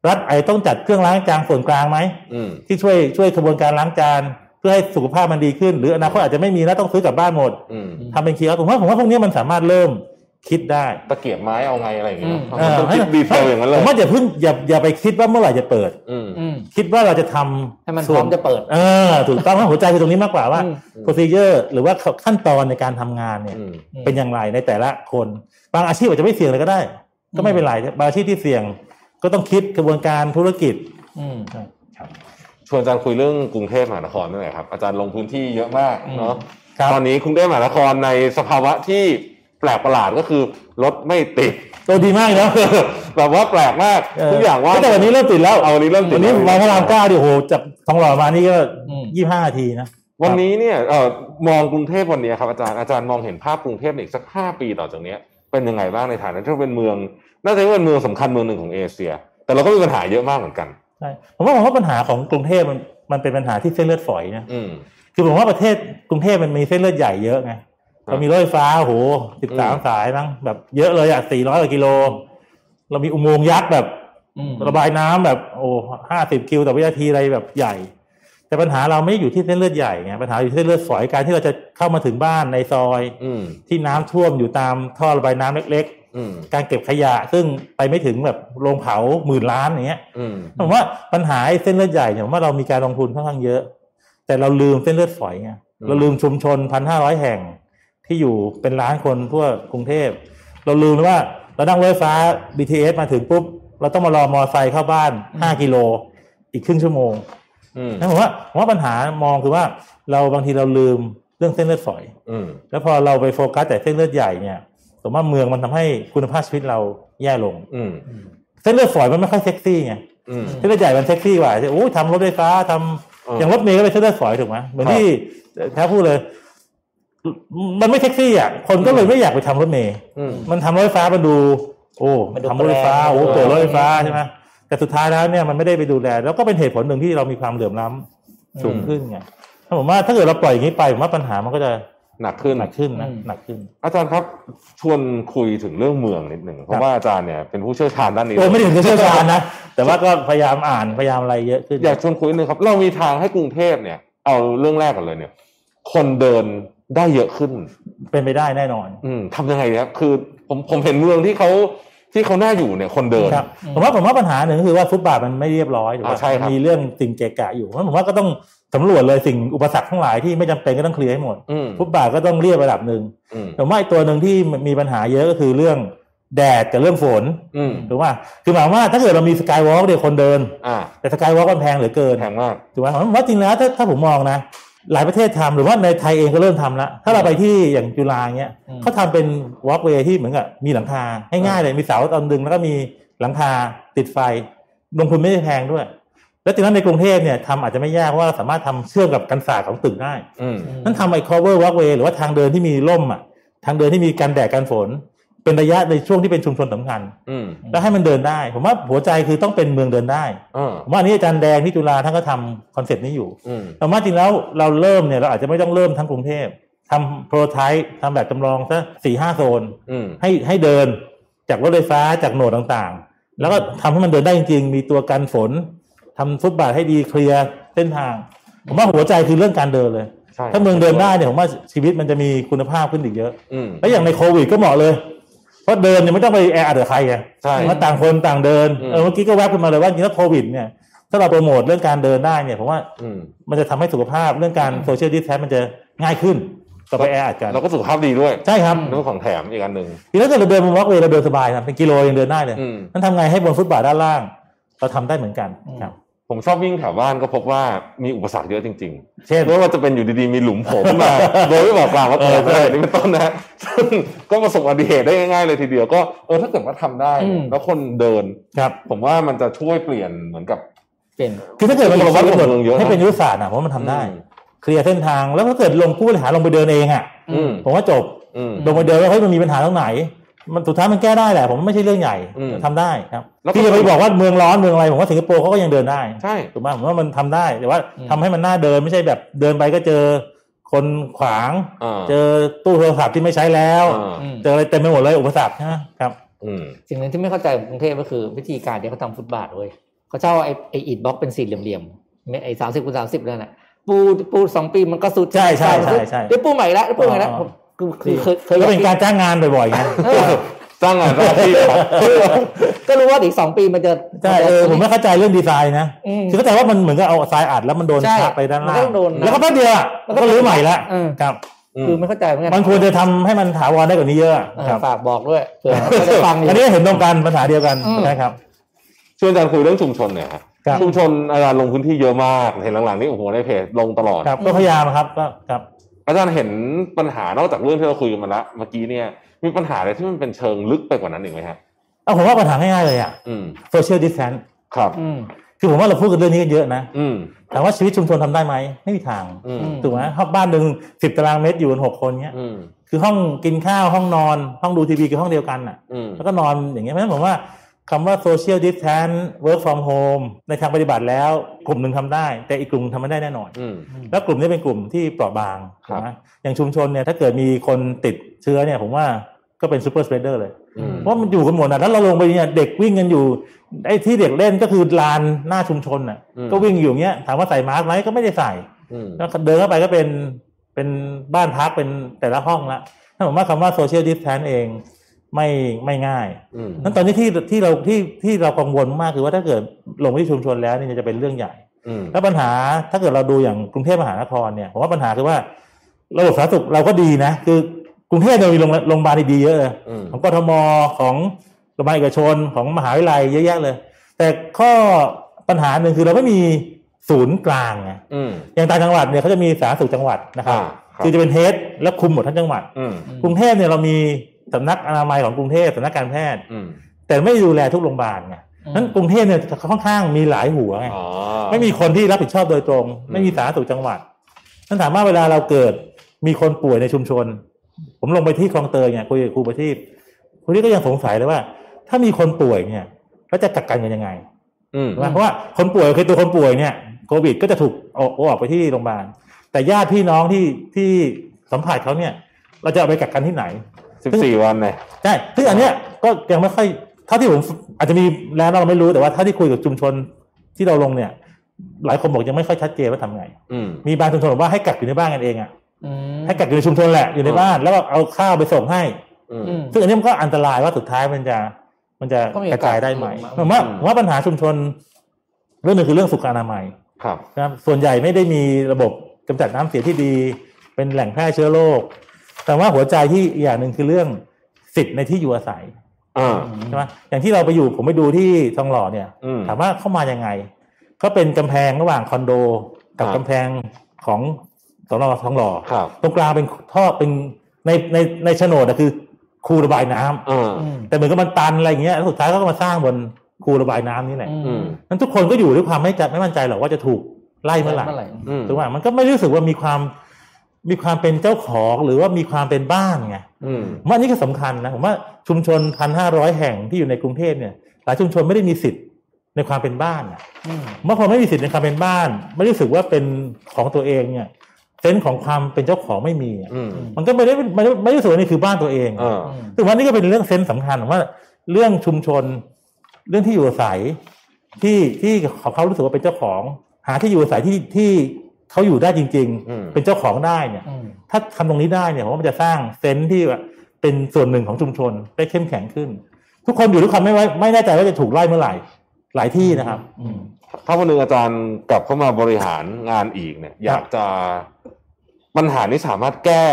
S3: รัฐไอต้องจัดเครื่องล้างจานส่วนกลางไหม
S2: อืม
S3: ที่ช่วยช่วยกระบวนการล้างจานเพื่อให้สุขภาพมันดีขึ้น หรืออนาคตอาจจะไม่มีนะต้องซื้อกลับบ้านหมด
S2: อืม
S3: ทำเป็นคีย์เอาท์ผมว่าผมว่าพวกนี้มันสามารถเริ่มคิดได้
S2: ตะเกียบไม้เอาไงอะไรอย่างเงี้ย
S4: อืม
S2: มันต้องคิดดีเทลอย่างนั้นเลย
S3: ผมว่าอย่าเพิ่งอย่าอย่าไปคิดว่าเมื่อไหร่จะเปิด
S2: อืม
S4: อืม
S3: คิดว่าเราจะทำ
S4: ให้มันพ
S3: ส่
S4: ร้
S3: ว
S4: อมจะเปิด
S3: เออถูกต้องว่าหัวใจคือตรงนี้มากกว่าว่า
S4: อืม
S3: procedure หรือว่าขั้นตอนในการทำงานเนี่ย
S2: อืม
S3: เป็นอย่างไรในแต่ละคน บางอาชีพอาจจะไม่เสี่ยงเลยก็ได้ ก็ไม่เป็นไรบางอาชีพที่เสี่ยง ก็ต้องคิดกระบวนการธุรกิจ
S4: อืม
S2: ชวนอาจารย์คุยเรื่องกรุงเทพมหานครด้วยหน่อยครับ อาจารย์ลงพื้นที่เยอะมากเนาะ
S3: ครับ
S2: ตอนนี้กรุงเทพมหานครในสภาวะที่แปลกประหลาดก็คือรถไม่ติด
S3: ตัวดีมากเนาะ
S2: <laughs> แบบว่าแปลกมาก
S3: เออ
S2: ทุกอย่างว่า
S3: แต่วันนี้เริ่มติดแล้ว
S2: เอาวันนี้เริ่มติด
S3: วันนี้
S2: แล้
S3: มาพระรามเก้าดิโหจากทองหล่อมานี่ก็
S4: อืม
S3: ยี่ห้านาทีนะ
S2: วันนี้เนี่ยเอ่อมองกรุงเทพวันนี้ครับอาจารย์อาจารย์มองเห็นภาพกรุงเทพในอีกสักห้าปีต่อจากเนี้ยเป็นยังไงบ้างในฐานะที่เป็นเมือง น่าจะเป็นเมืองสำคัญเมืองหนึ่งของเอเชีย แต่เราก็มีปัญหาเยอะมากเหมือนกัน
S3: ใช่ผมว่าผมว่าปัญหาของกรุงเทพมันมันเป็นปัญหาที่เส้นเลือดฝอยนะ
S2: อืม
S3: คือผมว่าประเทศกรุงเทพมันมีเส้นเลือดใหญ่เยอะไง
S2: ครับ
S3: เรามีรถไฟฟ้าโอ้โหสิบ
S2: อื
S3: สาม
S2: ม
S3: สายมั้งแบบเยอะเลยอะสี่ร้อยกว่ากิโล เรามีอุโมงค์ยักษ์แบบ
S4: อืม
S3: ระบายน้ำแบบโอ้ห้าสิบคิวต่อวินาทีอะไรแบบใหญ่ แต่ปัญหาเราไม่ได้อยู่ที่เส้นเลือดใหญ่ไงปัญหาอยู่ที่เส้นเลือดฝอยการที่เราจะเข้ามาถึงบ้านในซอย
S2: อืม
S3: ที่น้ำท่วมอยู่ตามท่อระบายน้ำเล็ก ๆ
S2: อืม
S3: การเก็บขยะซึ่งไปไม่ถึงแบบโรงเผาหมื่นล้านอย่างเงี้ย
S2: อืม
S3: ผมว่าปัญหาไอ้เส้นเลือดใหญ่เนี่ยผมว่าเรามีการลงทุนค่อนข้างเยอะ แต่เราลืมเส้นเลือดฝอยไงเราลืมชุมชนพันห้าร้อยแห่งที่อยู่เป็นล้านคนทั่วกรุงเทพ เราลืมว่าเรานั่งรถไฟฟ้า BTS มาถึงปุ๊บ เราต้องมารอมอไซค์เข้าบ้าน 5 กิโล อีกครึ่งชั่วโมง
S2: อืม
S3: นั่นผมว่าผมว่าปัญหามองคือว่าเราบางทีเราลืมเรื่องเส้นเลือดฝอย
S2: อืม
S3: แล้วพอเราไปโฟกัสแต่เส้นเลือดใหญ่เนี่ยผมว่าเมืองมันทำให้คุณภาพชีวิตเราแย่ลง
S2: อืม
S3: เส้นเลือดฝอยมันไม่ค่อยเซ็กซี่ไง
S2: อืม
S3: เส้นเลือดใหญ่มันเซ็กซี่กว่าโอ้ยทำรถไฟฟ้าทำ
S2: เออ
S3: อ
S2: อย่าง
S3: รถเมล์ก็เป็นเส้นเลือดฝอยถูกไหมเหมือน
S2: ครับ
S3: ที่แท้พูดเลย มันไม่เซ็กซี่อ่ะคนก็เลยไม่อยากไปทำรถเมล์
S2: อืม
S3: มันทำรถไฟฟ้ามันดู โอ้
S4: มันดู
S3: ทำรถไฟฟ้า
S4: แปลก
S3: โอ้เปิดรถไฟฟ้าใช่ไหมแต่สุดท้ายแล้วเนี่ยมันไม่ได้ไปดูแล แล้วก็เป็นเหตุผลหนึ่งที่เรามีความเหลื่อมล้ำสูงขึ้นไงถ้าผมว่าถ้าเกิดเราปล่อยอย่างนี้ไปผมว่าปัญหามันก็จะ
S2: หนักขึ้น
S3: หนักขึ้นนะ
S4: อืม
S3: หนักขึ้น
S2: อาจารย์ครับชวนคุยถึงเรื่องเมืองนิดหนึ่งเพ
S3: ครั
S2: ราะ
S3: บ
S2: ว่าอาจารย์เนี่ยเป็นผู้เชี่ยวชาญด้านนี้
S3: เออไม่ได้ถึงจะเชี่ยวชาญนะ แต่ว่าก็พยายามอ่านพยายามอะไรเยอะขึ้น
S2: อยากชวนคุยนิดหนึ่งครับ เรามีทางให้กรุงเทพเนี่ย เอาเรื่องแรกก่อนเลยเนี่ย คนเดินได้เยอะขึ้น
S3: เป็นไปได้แน่นอน
S2: อืมทำยังไงครับคือผมผมเห็นเมืองที่เขาที่เขาน่าอยู่เนี่ย คนเดิน
S3: ครับ
S4: อืม
S3: ผมว่าผมว่าปัญหาหนึ่งก็คือว่าฟุตบาทมันไม่เรียบร้อยหรือว่า
S2: อ่าใช่ครับ
S3: มีเรื่องสิ่งเกะกะอยู่เพราะฉะนั้นผมว่าก็ต้องสำรวจเลยสิ่งอุปสรรคทั้งหลายที่ไม่จำเป็นก็ต้องเคลียร์ให้หมด
S2: อืม
S3: ฟุตบาทก็ต้องเรียบระดับหนึ่ง
S2: อืม
S3: ผมว่าไอ้ตัวหนึ่งที่มีปัญหาเยอะก็คือเรื่องแดดกับเรื่องฝน
S2: อืม
S3: ถูกป่ะคือหมายความว่าถ้าเกิดเรามีสกายวอล์กเดียวคนเดิน
S2: อ่า
S3: แต่สกายวอล์กมันแพงเหลือเกิน
S2: แพงมาก
S3: ถูกไหมผมว่าจริงแล้วถ้าถ้าผมมองนะ หลายประเทศทำหรือว่าในไทยเองก็เริ่มทำละถ้าเราไปที่อย่างจุฬาเงี้ย
S4: อืม
S3: เขาทำเป็นวอล์กเวย์ที่เหมือนกับมีหลังคาง่ายๆเลยมีเสาตอนดึงแล้วก็มีหลังคาติดไฟลงทุนไม่ได้แพงด้วย แล้วจริงแล้วในกรุงเทพเนี่ยทำอาจจะไม่ยากเพราะว่าเราสามารถทำเชื่อมกับกันศาสตร์ของตึกได้
S2: อืม
S4: อืม
S3: นั่นทำไอ้ cover walkway หรือว่าทางเดินที่มีร่มอ่ะทางเดินที่มีกันแดดกันฝน เป็นระยะในช่วงที่เป็นชุมชนสำคัญ
S2: อืม
S3: แล้วให้มันเดินได้ ผมว่าหัวใจคือต้องเป็นเมืองเดินได้
S2: อ่า
S3: ผมว่าอันนี้อาจารย์แดงที่จุฬาท่านก็ทำคอนเซปต์นี้อยู่
S2: อืม
S3: แต่ว่าจริงแล้วเราเริ่มเนี่ยเราอาจจะไม่ต้องเริ่มทั้งกรุงเทพทำโปรไทป์ทำแบบจำลองสักสี่ห้าโซน
S2: อืม
S3: ให้ให้เดินจากรถไฟฟ้าจากโหนดต่างๆ แล้วก็ทำให้มันเดินได้จริงๆ มีตัวกันฝนทำฟุตบาทให้ดีเคลียร์เส้นทาง ผมว่าหัวใจคือเรื่องการเดินเลย
S2: ใช่
S3: ถ้าเมืองเดินได้เนี่ยผมว่าชีวิตมันจะมีคุณภาพขึ้นอีกเยอะ
S2: อืม
S3: แล้วอย่างในโควิดก็เหมาะเลย เพราะเดินเนี่ยไม่ต้องไปแออัดกับใครไง
S2: ใช่
S3: เพราะต่างคนต่างเดิน
S2: อืม
S3: เออเมื่อกี้ก็แวบขึ้นมาเลยว่าจริงๆแล้วโควิดเนี่ย ถ้าเราโปรโมทเรื่องการเดินได้เนี่ยผมว่า
S2: อืม
S3: มันจะทำให้สุขภาพเรื่องการโซเชียลดิสแทนมันจะง่ายขึ้นต่อไปแออัดกัน
S2: เราก็สุขภาพดีด้วย
S3: ใช่ครับ
S2: เรื่องของแถมอีกอันหนึ่ง
S3: ทีนี้ถ้าเราเดินบนวอล์กเวย์เราเดินสบายครับเป็นกิโลยังเดินได้เลย
S2: อืม
S3: นั่นทำไงให้บนฟุตบาทด้านล่าง เราทำได้เหมือนกันครับ
S2: ผมชอบวิ่งแถวบ้านก็พบว่ามีอุปสรรคเยอะจริงๆ
S3: เช่น
S2: ไม่ว่าจะเป็นอยู่ดีๆมีหลุมโผล่ขึ้นมา โดยไม่บอกกล่าวว่าเออ
S3: เออใช่
S2: อะไรนี่เป็นต้นนะฮะซึ่งก็ประสบอุบัติเหตุได้ง่ายๆเลยทีเดียวก็เออถ้าเกิดว่าทำได้
S4: อืม
S2: แล้วคนเดิน
S3: ครับ
S2: ผมว่ามันจะช่วยเปลี่ยนเหมือนกับ
S4: เปลี่ยน
S3: คือถ้าเกิดมัน
S2: คือ
S3: วัด
S2: ผม
S3: กำหนด
S2: เมืองเยอะนะ
S3: ให้เป็นยุทธศาสตร์นะผมว่ามันทำได้
S2: อืม
S3: เคลียร์เส้นทางแล้วถ้าเกิดลงผู้บริหารลงไปเดินเองอ่ะ
S2: อืม
S3: ผมว่าจบ
S2: อืม
S3: ลงไปเดินว่าเฮ้ยมันมีปัญหาตรงไหน มันสุดท้ายมันแก้ได้แหละ ผมว่าไม่ใช่เรื่องใหญ่
S2: อืม
S3: ทำได้ครับ
S2: แล้วก็
S3: ที่จะไปบอกว่าเมืองร้อนเมืองอะไรผมว่าสิงคโปร์เขาก็ยังเดินได้
S2: ใช่
S3: ถูกไหมผมว่ามันทำได้แต่ว่า
S4: อืม
S3: ทำให้มันน่าเดินไม่ใช่แบบเดินไปก็เจอคนขวาง
S2: อ่า
S3: เจอตู้โทรศัพท์ที่ไม่ใช้แล้ว
S2: อ่า
S4: อืม
S3: เจออะไรเต็มไปหมดเลยอุปสรรคนะครับ
S2: อืม
S4: สิ่งหนึ่งที่ไม่เข้าใจของกรุงเทพก็คือวิธีการที่เขาทำฟุตบาทเว้ยเขาเช่าไอ้ไอ้อิฐบล็อกเป็นสี่เหลี่ยมๆไอ้สามสิบคูณสามสิบนั่นแหละปูปูสองปีมันก็สุด
S3: ใช่ใช่ใช่ใช่
S4: เดี๋ยวปูใหม่ละเดี๋ยวปูใหม่ละผมคือคือเคยเคย
S3: ก็เป็นการจ้างงานบ่อยๆไง
S2: สร้างงานสร้างอาชีพครับ
S4: ก็รู้ว่าอีกสองปีมันจะ
S3: ใช่เออผมไม่เข้าใจเรื่องดีไซน์นะ
S4: อืม
S3: คือเข้าใจว่ามันเหมือนกับเอาทรายอัดแล้วมันโดน
S4: ใช่
S3: ทับไปด้านล่า
S4: มันก็
S3: ง
S4: โดน
S3: แล้วก็แป๊บเดียวอะ
S4: แล้วก็
S3: ก็รื้อใหม่ละ
S4: เออ
S3: ครับ
S2: อืม
S4: คือไม่เข้าใจเหมือนกั
S3: มันควรจะทำให้มันถาวรได้กว่านี้เยอะ
S4: เออ
S3: ครับ
S4: ฝากบอกด้วยเผื่อเขา
S3: <laughs>
S4: จะฟังอยู่
S3: อันนี้เห็นตรงกันปัญหาเดียวกัน
S4: อืม
S3: นะครับ
S2: ชวนอาจารย์คุยเรื่องชุมชนเนี่ยฮะ
S3: ครับ
S2: ชุมชนอาจารย์ลงพื้นที่เยอะมากเห็นหลังๆนี่โอ้โหในเพจลงตลอด
S3: ครับก็พยายามครับก็ครับ
S2: อาจารย์เห็นปัญหานอกจากเรื่องที่เราคุยกันมาละเมื่อกี้เนี่ยมีปัญหาอะไรที่มันเป็นเชิงลึกไปกว่านั้นอีกไหมฮะ
S3: เอาผมว่าปัญหาง่ายๆเลยอ่ะ
S2: อืม
S3: social distance
S2: ครับ
S4: อืม
S3: คือผมว่าเราพูดกันเรื่องนี้กันเยอะนะ
S2: อืม
S3: แต่ว่าชีวิตชุมชนทำได้ไหมไม่มีทาง
S2: อืม
S3: ถูกไหมครับบ้านหนึ่งสิบตารางเมตรอยู่กันหกคนเนี้ย
S2: อืม
S3: คือห้องกินข้าวห้องนอนห้องดูทีวีคือห้องเดียวกันอ่ะ
S2: อืม
S3: แล้วก็นอนอย่างเงี้ยเพราะฉะนั้นผมว่าคำว่า social distance work from home ในทางปฏิบัติแล้วกลุ่มหนึ่งทำได้ แต่อีกกลุ่มทำไม่ได้แน่นอน
S2: อืม
S3: แล้วกลุ่มนี้เป็นกลุ่มที่เปราะบาง
S2: ครับ
S3: นะอย่างชุมชนเนี่ยถ้าเกิดมีคนติดเชื้อเนี่ยผมว่าก็เป็น super spreader เลย
S2: อืม
S3: เพราะมันอยู่กันหมดนะแล้วเราลงไปเนี่ยเด็กวิ่งกันอยู่ไอ้ที่เด็กเล่นก็คือลานหน้าชุมชนน่ะก็วิ่งอยู่อย่างเงี้ยถามว่าใส่มาสก์ไหมก็ไม่ได้ใส่
S2: อืม
S3: แล้วเดินเข้าไปก็เป็นเป็นบ้านพักเป็นแต่ละห้องละถ้าผมว่าคำว่า social distance เองไม่ไม่ง่าย
S2: อืม
S3: นั้นตอนนี้ที่ที่เราที่ที่เรากังวลมากคือว่าถ้าเกิดลงไปที่ชุมชนแล้วเนี่ยจะเป็นเรื่องใหญ่
S2: อืม
S3: แล้วปัญหาถ้าเกิดเราดูอย่างกรุงเทพมหานครเนี่ยผมว่าปัญหาคือว่าระบบสาธารณสุขเราก็ดีนะ คือกรุงเทพเรามีโรงโรงพยาบาลดีๆเยอะเลย
S2: อืม
S3: ของกทมของโรงพยาบาลเอกชนของมหาวิทยาลัยเยอะแยะเลย แต่ข้อปัญหาหนึ่งคือเราไม่มีศูนย์กลางไง
S2: อืม
S3: อย่างต่างจังหวัดเนี่ยเขาจะมีสาธารณสุขจังหวัดนะครับ
S2: อ่าครับ
S3: คือจะเป็นเฮดแล้วคุมหมดทั้งจังหวัด
S2: อืม
S3: กรุงเทพเนี่ยเรามีสำนักอนามัยของกรุงเทพสำนักการแพทย์
S2: อืม
S3: แต่ไม่ดูแลทุกโรงพยาบาลไง
S4: อืม
S3: นั้นกรุงเทพเนี่ยจะค่อนข้างมีหลายหัวไง
S2: อ๋อ
S3: ไม่มีคนที่รับผิดชอบโดยตรง
S2: อืม
S3: ไม่มีสาธารณสุขจังหวัดนั่นถามว่าเวลาเราเกิดมีคนป่วยในชุมชน ผมลงไปที่คลองเตยเนี่ยคุยกับครูประทีปครูนี่ก็ยังสงสัยเลยว่า ถ้ามีคนป่วยเนี่ยแล้วจะกักกันกันยังไง
S2: อืม
S3: ถูกไหมเพราะว่าคนป่วยคือตัวคนป่วยเนี่ยโควิดก็จะถูกเอาออกไปที่โรงพยาบาลแต่ญาติพี่น้องที่ที่ สัมผัสเขาเนี่ย เราจะเอาไปกักกันที่ไหน
S2: สิบสี่วันเนี่ย
S3: ใช่ซึ่งอันเนี้ยก็ยังไม่ค่อยเท่าที่ผมอาจจะมีแล้วเราไม่รู้แต่ว่าเท่าที่คุยกับชุมชนที่เราลงเนี่ย หลายคนบอกยังไม่ค่อยชัดเจนว่าทำไง
S2: อืม
S3: มีบางชุมชนบอกว่าให้กักอยู่ในบ้านกันเองอ่ะ
S4: อืม
S3: ให้กักอยู่ในชุมชนแหละอยู่ใน
S2: อืม
S3: บ้านแล้วก็เอาข้าวไปส่งให้
S2: อืม
S4: อืม
S3: ซึ่งอันนี้มันก็อันตรายว่าสุดท้ายมันจะมันจะ
S4: ก็มีโอกการ
S3: ะจาย
S4: ส
S3: ได้ไหม
S4: หลุ
S3: ผ
S4: ดมา
S3: มว่า
S2: อืม
S3: ผมว่าปัญหาชุมชน เรื่องหนึ่งคือเรื่องสุขอนามัย
S2: ครับ
S3: นะครับส่วนใหญ่ไม่ได้มีระบบกำจัดน้ำเสียที่ดี เป็นแหล่งแพร่เชื้อโรคแต่ว่าหัวใจที่อีกอย่างหนึ่งคือเรื่องสิทธิ์ในที่อยู่อาศัย
S2: อ่า
S3: ใช่ไหมอย่างที่เราไปอยู่ผมไปดูที่ทองหล่อเนี่ย
S2: อืม
S3: ถามว่าเข้ามายังไง ก็เป็นกำแพงระหว่างคอนโด กับ
S2: ครับ
S3: กำแพงของสอนอทองหล่อ
S2: ครับ
S3: ตรงกลางเป็นท่อเป็นในในในโฉนดอะคือคูระบายน้ำ
S2: อ่า
S4: อืม
S3: แต่เหมือนกับมันตันอะไรอย่างเงี้ยแล้วสุดท้ายเขาก็มาสร้างบนคูระบายน้ำนี่แหละ
S4: อืม
S2: อืม
S3: นั้นทุกคนก็อยู่ด้วยความไม่ใจไม่มั่นใจหรอกว่าจะถูกไล่เมื่อไหร่
S2: อืม
S3: ถูกไหมมันก็ไม่รู้สึกว่ามีความมีความเป็นเจ้าของหรือว่ามีความเป็นบ้านไง
S2: อืม
S3: ผมว่าอันนี่ก็สำคัญนะผมว่าชุมชนพันห้าร้อยแห่งที่อยู่ในกรุงเทพเนี่ยหลายชุมชนไม่ได้มีสิทธิ์ในความเป็นบ้านอะ
S4: อืม
S3: เมื่อคนไม่มีสิทธิ์ในความเป็นบ้าน ไม่รู้สึกว่าเป็นของตัวเองเนี่ยเซนส์ของความเป็นเจ้าของไม่มีอะ
S2: อืม
S3: มันก็ไม่ได้ไม่ได้ไม่ได้รู้สึกว่านี่คือบ้านตัวเอง
S2: อ่า
S3: ถึงว่านี่ก็เป็นเรื่องเซนส์สำคัญผมว่าเรื่องชุมชนเรื่องที่อยู่อาศัยที่ที่เขาเขารู้สึกว่าเป็นเจ้าของ หาที่อยู่อาศัยที่ที่เขาอยู่ได้จริง
S2: อืม
S3: ๆ เป็นเจ้าของได้เนี่ย
S4: อืม
S3: ถ้าทำตรงนี้ได้เนี่ยผมว่ามันจะสร้างเซนส์ที่แบบเป็นส่วนหนึ่งของชุมชนได้เข้มแข็งขึ้น ทุกคนอยู่ทุกคนไม่ไว้ไม่แน่ใจว่าจะถูกไล่เมื่อไหร่ หลายที่นะครับ อืม
S2: ถ้าวันหนึ่งอาจารย์กลับเข้ามาบริหารงานอีกเนี่ย อยากจะปัญหานี้สามารถแก้